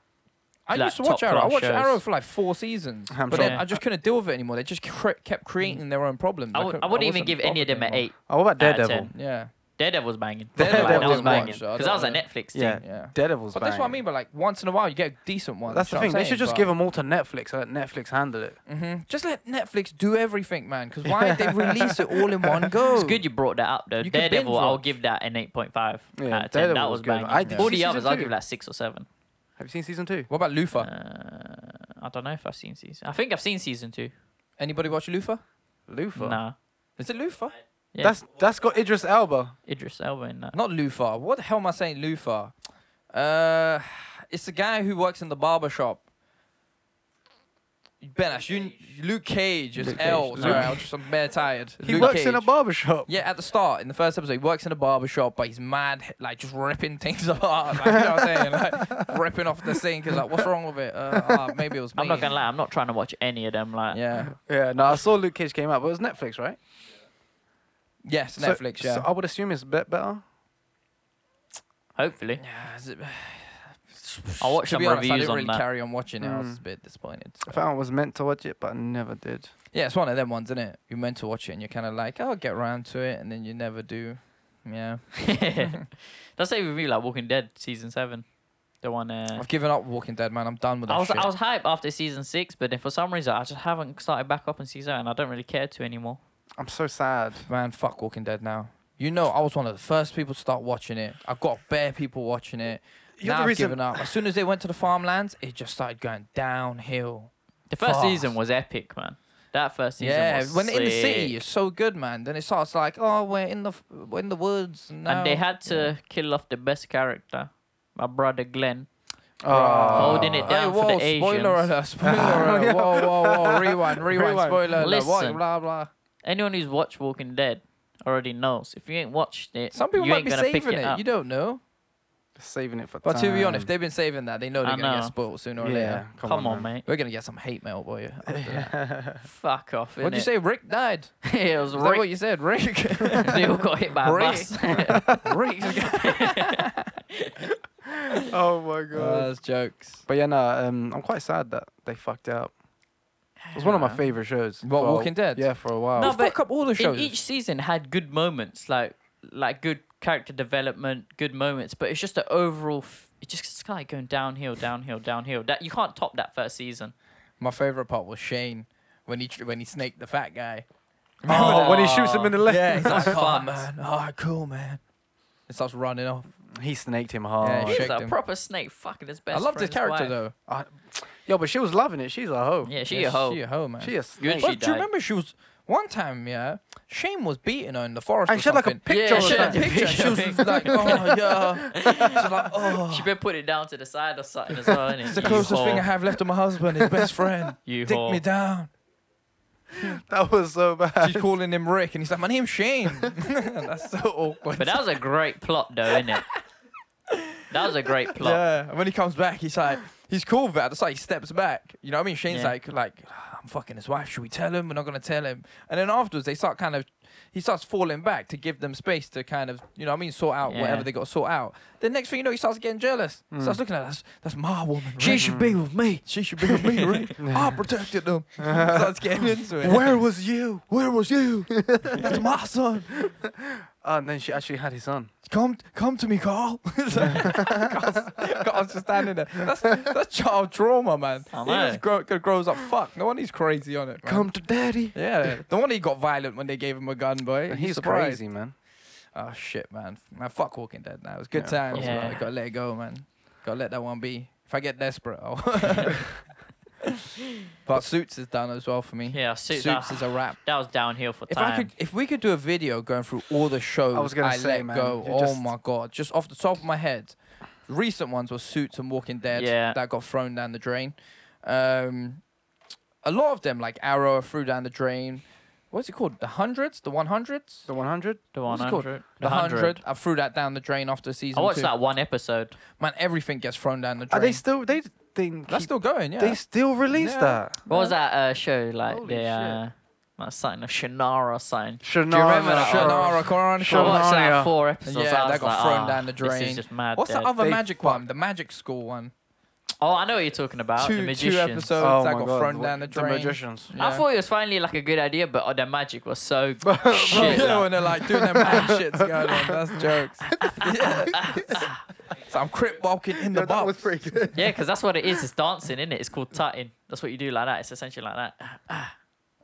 [SPEAKER 2] I
[SPEAKER 3] like
[SPEAKER 2] used to watch
[SPEAKER 3] top
[SPEAKER 2] Arrow. I
[SPEAKER 3] class
[SPEAKER 2] watched
[SPEAKER 3] shows.
[SPEAKER 2] Arrow for like four seasons,
[SPEAKER 1] I'm
[SPEAKER 2] but
[SPEAKER 1] sure.
[SPEAKER 2] then I just couldn't deal with it anymore. They just cre- kept creating their own problems.
[SPEAKER 3] I, would,
[SPEAKER 2] couldn't-
[SPEAKER 3] I wouldn't even
[SPEAKER 2] wasn't
[SPEAKER 3] give any of
[SPEAKER 2] bothered
[SPEAKER 3] them an
[SPEAKER 2] anymore.
[SPEAKER 3] eight.
[SPEAKER 1] Oh, what about
[SPEAKER 3] Out of
[SPEAKER 1] Daredevil?
[SPEAKER 3] 10.
[SPEAKER 2] Yeah,
[SPEAKER 3] Devil's banging.
[SPEAKER 1] Daredevil
[SPEAKER 3] Like, that was
[SPEAKER 1] was
[SPEAKER 3] banging
[SPEAKER 2] watched, I
[SPEAKER 3] because that was a
[SPEAKER 2] don't know.
[SPEAKER 3] Netflix thing.
[SPEAKER 1] Yeah.
[SPEAKER 2] yeah.
[SPEAKER 1] Daredevil's.
[SPEAKER 2] But that's what I
[SPEAKER 1] banging.
[SPEAKER 2] mean. But like once in a while, you get a decent one.
[SPEAKER 1] That's the
[SPEAKER 2] do you
[SPEAKER 1] thing.
[SPEAKER 2] know
[SPEAKER 1] They
[SPEAKER 2] what
[SPEAKER 1] should just give them all to Netflix and let Netflix handle it.
[SPEAKER 2] I'm saying? Mhm. Just let Netflix do everything, man. Because why did they release it all in one go?
[SPEAKER 3] It's good you brought that up though.
[SPEAKER 2] You could binge
[SPEAKER 3] Daredevil, I'll
[SPEAKER 2] watch.
[SPEAKER 3] give that an eight point five out
[SPEAKER 1] Yeah,
[SPEAKER 3] of ten. That
[SPEAKER 1] Daredevil
[SPEAKER 3] was
[SPEAKER 1] was good.
[SPEAKER 3] banging.
[SPEAKER 1] I did
[SPEAKER 3] All
[SPEAKER 1] see
[SPEAKER 3] the others,
[SPEAKER 1] season
[SPEAKER 3] I'll
[SPEAKER 1] two.
[SPEAKER 3] give like six or seven. Uh,
[SPEAKER 1] Have you seen season two?
[SPEAKER 2] What about Lufa?
[SPEAKER 3] I don't know if I've seen season. I think I've seen season two.
[SPEAKER 2] Anybody watch Lufa?
[SPEAKER 1] Luthor.
[SPEAKER 3] Nah,
[SPEAKER 2] Is it Lufa?
[SPEAKER 3] yeah.
[SPEAKER 1] That's that's got Idris Elba.
[SPEAKER 3] Idris Elba uh, in that.
[SPEAKER 2] Not Lufa. What the hell am I saying? Lufa. Uh, it's the guy who works in the barber shop. Ben, Ash, you, Luke Cage is
[SPEAKER 1] Luke Cage.
[SPEAKER 2] L. Sorry,
[SPEAKER 1] Luke-
[SPEAKER 2] I'm just I'm bare tired.
[SPEAKER 1] He
[SPEAKER 2] Luke
[SPEAKER 1] works in
[SPEAKER 2] Cage.
[SPEAKER 1] a barbershop.
[SPEAKER 2] Yeah, at the start, in the first episode, he works in a barber shop, but he's mad, like just ripping things apart. Like, you know what I'm saying? Like ripping off the sink. Is like, what's wrong with it? Uh, ah, maybe it was me.
[SPEAKER 3] I'm not gonna lie. I'm not trying to watch any of them. Like,
[SPEAKER 2] Yeah.
[SPEAKER 1] Yeah, no, I saw Luke Cage came out, but it was Netflix, right?
[SPEAKER 2] Yes,
[SPEAKER 1] So-
[SPEAKER 2] Netflix. yeah.
[SPEAKER 1] So I would assume it's a bit better.
[SPEAKER 3] hopefully,
[SPEAKER 2] yeah is it-
[SPEAKER 3] I'll
[SPEAKER 2] to
[SPEAKER 3] watch some
[SPEAKER 2] be honest, I
[SPEAKER 3] reviews
[SPEAKER 2] didn't really
[SPEAKER 3] on that.
[SPEAKER 2] carry on watching it. I was
[SPEAKER 1] Mm.
[SPEAKER 2] a bit disappointed.
[SPEAKER 1] I
[SPEAKER 2] so.
[SPEAKER 1] found I was meant to watch it, but I never did.
[SPEAKER 2] Yeah, it's one of them ones, isn't it? You're meant to watch it and you're kind of like, oh, I'll get round to it, and then you never do. Yeah.
[SPEAKER 3] That's even me. Like Walking Dead season seven, the one. Uh,
[SPEAKER 2] I've given up Walking Dead, man. I'm done with that
[SPEAKER 3] I was
[SPEAKER 2] shit.
[SPEAKER 3] I was hyped after season six, but then for some reason I just haven't started back up on season seven. I don't really care to anymore.
[SPEAKER 1] I'm so sad.
[SPEAKER 2] man, fuck Walking Dead now. You know, I was one of the first people to start watching it. I've got bare people watching it.
[SPEAKER 1] You're
[SPEAKER 2] now
[SPEAKER 1] the
[SPEAKER 2] I've
[SPEAKER 1] reason-
[SPEAKER 2] given up. As soon as they went to the farmlands, it just started going downhill.
[SPEAKER 3] The first
[SPEAKER 2] Fast.
[SPEAKER 3] season was epic, man. That first season
[SPEAKER 2] yeah,
[SPEAKER 3] was
[SPEAKER 2] when in the city,
[SPEAKER 3] sick.
[SPEAKER 2] it's so good, man. Then it starts like, oh, we're in the f- we're in the woods now.
[SPEAKER 3] and they had to kill off the best character, my brother Glenn.
[SPEAKER 1] Oh,
[SPEAKER 3] Holding it
[SPEAKER 2] Hey,
[SPEAKER 3] down
[SPEAKER 2] whoa,
[SPEAKER 3] for the Asians.
[SPEAKER 2] spoiler alert, spoiler alert. Whoa, whoa, whoa, rewind, rewind,
[SPEAKER 1] Rewind.
[SPEAKER 2] spoiler alert. What,
[SPEAKER 3] Listen.
[SPEAKER 2] blah, blah.
[SPEAKER 3] Anyone who's watched Walking Dead already knows. If you ain't watched it,
[SPEAKER 2] Some people
[SPEAKER 3] you
[SPEAKER 2] might
[SPEAKER 3] ain't
[SPEAKER 2] be
[SPEAKER 3] gonna pick
[SPEAKER 2] saving
[SPEAKER 3] it,
[SPEAKER 2] it.
[SPEAKER 3] up.
[SPEAKER 2] You don't know.
[SPEAKER 1] Saving it for
[SPEAKER 2] But to be honest,
[SPEAKER 1] time.
[SPEAKER 2] if they've been saving that. They know they're
[SPEAKER 3] I
[SPEAKER 2] gonna get
[SPEAKER 3] know.
[SPEAKER 2] spoiled sooner or
[SPEAKER 1] yeah,
[SPEAKER 2] later.
[SPEAKER 3] Come, on, mate.
[SPEAKER 2] We're gonna get some hate mail, boy. after that.
[SPEAKER 3] Fuck off.
[SPEAKER 2] What'd you
[SPEAKER 3] innit?
[SPEAKER 2] say? Rick died. Is
[SPEAKER 3] it was
[SPEAKER 2] that what
[SPEAKER 3] Rick.
[SPEAKER 2] you said? Rick.
[SPEAKER 3] they all got hit by a bus.
[SPEAKER 2] Rick.
[SPEAKER 1] Oh my
[SPEAKER 2] Oh, that's jokes.
[SPEAKER 1] But yeah, no, um, I'm quite sad that they fucked it up. It was one of my favorite shows.
[SPEAKER 2] What,
[SPEAKER 1] for a-
[SPEAKER 2] Walking Dead?
[SPEAKER 1] Yeah, for a while.
[SPEAKER 3] No,
[SPEAKER 2] They fuck
[SPEAKER 3] but
[SPEAKER 2] up all the
[SPEAKER 3] In
[SPEAKER 2] shows.
[SPEAKER 3] each season had good moments, like like good character development, good moments. But it's just the overall. F- it just it's kind of going downhill, downhill, downhill. That you can't top that first season.
[SPEAKER 2] My favorite part was Shane when he tr- when he snaked the fat guy.
[SPEAKER 1] oh, when he shoots him in the leg.
[SPEAKER 2] Yeah, he's like, oh
[SPEAKER 3] Fucked.
[SPEAKER 2] man, oh cool man. It starts running off.
[SPEAKER 1] He snaked him hard.
[SPEAKER 2] Yeah,
[SPEAKER 3] He's
[SPEAKER 2] Oh, shaked
[SPEAKER 3] a
[SPEAKER 2] him.
[SPEAKER 3] proper snake fucking his
[SPEAKER 2] I
[SPEAKER 3] best.
[SPEAKER 2] loved his
[SPEAKER 3] friend's
[SPEAKER 2] character
[SPEAKER 3] wife.
[SPEAKER 2] though.
[SPEAKER 1] I- yo, but she was loving it. She's a hoe.
[SPEAKER 3] Yeah, she
[SPEAKER 2] Yeah,
[SPEAKER 3] a hoe.
[SPEAKER 2] She a hoe, man.
[SPEAKER 1] She a
[SPEAKER 3] Good
[SPEAKER 1] snake.
[SPEAKER 3] she
[SPEAKER 2] Well, do
[SPEAKER 3] died.
[SPEAKER 2] you remember she was one time? Yeah, Shane was beating her in the forest.
[SPEAKER 1] And
[SPEAKER 2] or
[SPEAKER 1] she had like a
[SPEAKER 2] something.
[SPEAKER 3] Yeah,
[SPEAKER 1] picture of
[SPEAKER 2] she
[SPEAKER 1] her.
[SPEAKER 2] had a picture. She was like, oh yeah. She was like, oh.
[SPEAKER 3] She been put it down to the side or something as well. Innit?
[SPEAKER 2] It's the closest thing I have left to my husband, his best friend.
[SPEAKER 3] You
[SPEAKER 2] Dick
[SPEAKER 3] whore.
[SPEAKER 2] me down.
[SPEAKER 1] That was so bad.
[SPEAKER 2] She's calling him Rick, and he's like, my name's Shane. That's so awkward.
[SPEAKER 3] But that was a great plot though, innit? That was a great plot.
[SPEAKER 2] Yeah, and when he comes back, he's like, he's cool with that. That's like he steps back. You know what I mean? Shane's
[SPEAKER 3] Yeah.
[SPEAKER 2] like, like "Ah, I'm fucking his wife. Should we tell him? We're not gonna tell him. And then afterwards, they start kind of, he starts falling back to give them space to kind of, you know what I mean, sort out
[SPEAKER 3] Yeah.
[SPEAKER 2] whatever they got to sort out. The next thing you know, he starts getting jealous. Starts looking at us. That's my woman. Hmm. She should be with me. She should be with me. Right? I protected them. starts getting into it.
[SPEAKER 1] Where was you?
[SPEAKER 2] Where was you? That's my son.
[SPEAKER 1] Uh, and then she actually had his son.
[SPEAKER 2] Come, come to me, Carl. It's like, Carl's, Carl's just standing there. That's, that's child trauma, man.
[SPEAKER 3] I
[SPEAKER 2] He
[SPEAKER 3] know.
[SPEAKER 2] just grow, grows up. Fuck. No wonder he's crazy on it. Man.
[SPEAKER 1] Come to daddy.
[SPEAKER 2] Yeah. No wonder he got violent when they gave him a gun, boy.
[SPEAKER 1] He's
[SPEAKER 2] surprised.
[SPEAKER 1] crazy, man.
[SPEAKER 2] Oh shit, man. Man, fuck Walking Dead. Now it was good
[SPEAKER 1] Yeah,
[SPEAKER 2] times.
[SPEAKER 3] fuck
[SPEAKER 2] man.
[SPEAKER 3] Yeah.
[SPEAKER 2] Gotta let it go, man. Gotta let that one be. If I get desperate, I'll. but Suits is done as well for me.
[SPEAKER 3] Yeah, Suits-
[SPEAKER 2] Suits is a wrap.
[SPEAKER 3] That was downhill for
[SPEAKER 2] If
[SPEAKER 3] time.
[SPEAKER 2] I could, if we could do a video going through all the shows I,
[SPEAKER 1] was gonna say,
[SPEAKER 2] let
[SPEAKER 1] man,
[SPEAKER 2] go.
[SPEAKER 1] you
[SPEAKER 2] Oh
[SPEAKER 1] just-
[SPEAKER 2] my god! Just off the top of my head, recent ones were Suits and Walking Dead
[SPEAKER 3] Yeah.
[SPEAKER 2] that got thrown down the drain. Um, a lot of them, like Arrow, are threw down the drain. What's it called? The hundreds, the one hundreds,
[SPEAKER 1] The 100?
[SPEAKER 3] The
[SPEAKER 2] What's it called?
[SPEAKER 3] 100.
[SPEAKER 2] the hundred. I threw that down the drain after season
[SPEAKER 3] I watched
[SPEAKER 2] two.
[SPEAKER 3] that one episode.
[SPEAKER 2] Man, everything gets thrown down the drain.
[SPEAKER 1] Are they still. They think.
[SPEAKER 2] That's still going, yeah.
[SPEAKER 1] They still release
[SPEAKER 2] Yeah.
[SPEAKER 1] that.
[SPEAKER 3] What was that uh, show like?
[SPEAKER 1] Holy
[SPEAKER 3] the
[SPEAKER 1] shit.
[SPEAKER 3] uh, like something of Shannara sign.
[SPEAKER 1] Shannara.
[SPEAKER 3] remember that?
[SPEAKER 2] Shannara Chronicles.
[SPEAKER 3] I watched
[SPEAKER 1] Shannara.
[SPEAKER 3] like four episodes.
[SPEAKER 2] Yeah,
[SPEAKER 3] I
[SPEAKER 2] that
[SPEAKER 3] was
[SPEAKER 2] got
[SPEAKER 3] like,
[SPEAKER 2] thrown
[SPEAKER 3] "Ah,
[SPEAKER 2] down the drain.
[SPEAKER 3] This is just mad.
[SPEAKER 2] What's the
[SPEAKER 3] dude."
[SPEAKER 2] other
[SPEAKER 1] They
[SPEAKER 2] magic one? The magic school one.
[SPEAKER 3] Oh, I know what you're talking about. the
[SPEAKER 2] Two,
[SPEAKER 3] magician.
[SPEAKER 2] two episodes
[SPEAKER 1] Oh
[SPEAKER 2] that
[SPEAKER 1] my
[SPEAKER 2] got
[SPEAKER 1] God,
[SPEAKER 2] thrown
[SPEAKER 1] the-
[SPEAKER 2] down the
[SPEAKER 1] the
[SPEAKER 2] drain.
[SPEAKER 1] magicians.
[SPEAKER 3] I thought it was finally like a good idea, but oh, the magic was so
[SPEAKER 2] Bro,
[SPEAKER 3] shit.
[SPEAKER 2] you know,
[SPEAKER 3] like-
[SPEAKER 2] Oh, when they're like doing their mad shits going on. That's jokes. yeah. So I'm crip walking in the box.
[SPEAKER 1] good.
[SPEAKER 3] Yeah, because that's what it is. It's dancing, isn't it? It's called tutting. That's what you do like that. It's essentially like that.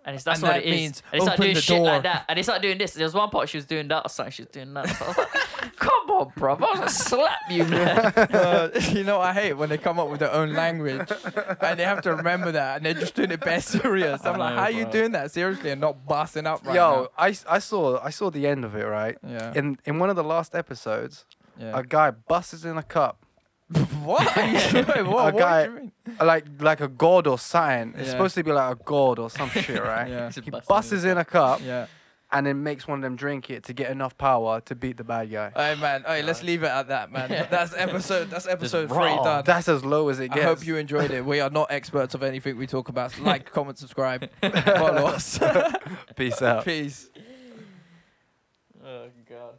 [SPEAKER 3] And it's, that's
[SPEAKER 2] And
[SPEAKER 3] what
[SPEAKER 2] that
[SPEAKER 3] it is.
[SPEAKER 2] means
[SPEAKER 3] and it's like
[SPEAKER 2] open
[SPEAKER 3] doing
[SPEAKER 2] the
[SPEAKER 3] shit
[SPEAKER 2] door.
[SPEAKER 3] like that. And it's like doing this. There was one part she was doing that or something. She was doing that. So I was like, come on, bro. I was gonna slap you. man."
[SPEAKER 2] Uh, you know, what I hate when they come up with their own language and they have to remember that and they're just doing it bare serious. I'm like, how are you doing that seriously and not busting up right
[SPEAKER 1] Yo, I, s- I saw I saw the end of it right.
[SPEAKER 2] Yeah.
[SPEAKER 1] In in one of the last episodes,
[SPEAKER 2] now? Yeah.
[SPEAKER 1] a guy busts in a cup,
[SPEAKER 2] what? Wait, what?
[SPEAKER 1] a
[SPEAKER 2] what
[SPEAKER 1] guy-
[SPEAKER 2] do you mean?
[SPEAKER 1] like like a god or something. It's
[SPEAKER 2] Yeah.
[SPEAKER 1] supposed to be like a god or some shit, right?
[SPEAKER 2] Yeah.
[SPEAKER 1] He busts in a cup
[SPEAKER 2] Yeah.
[SPEAKER 1] and then makes one of them drink it to get enough power to beat the bad guy.
[SPEAKER 2] Hey man, hey, let's leave it at that, man. That's episode. That's episode three
[SPEAKER 3] raw.
[SPEAKER 2] done.
[SPEAKER 1] That's as low as it
[SPEAKER 2] I
[SPEAKER 1] gets.
[SPEAKER 2] hope you enjoyed it. We are not experts of anything we talk about. Like, comment, subscribe, follow us.
[SPEAKER 1] Peace out.
[SPEAKER 2] Peace.
[SPEAKER 3] oh, God.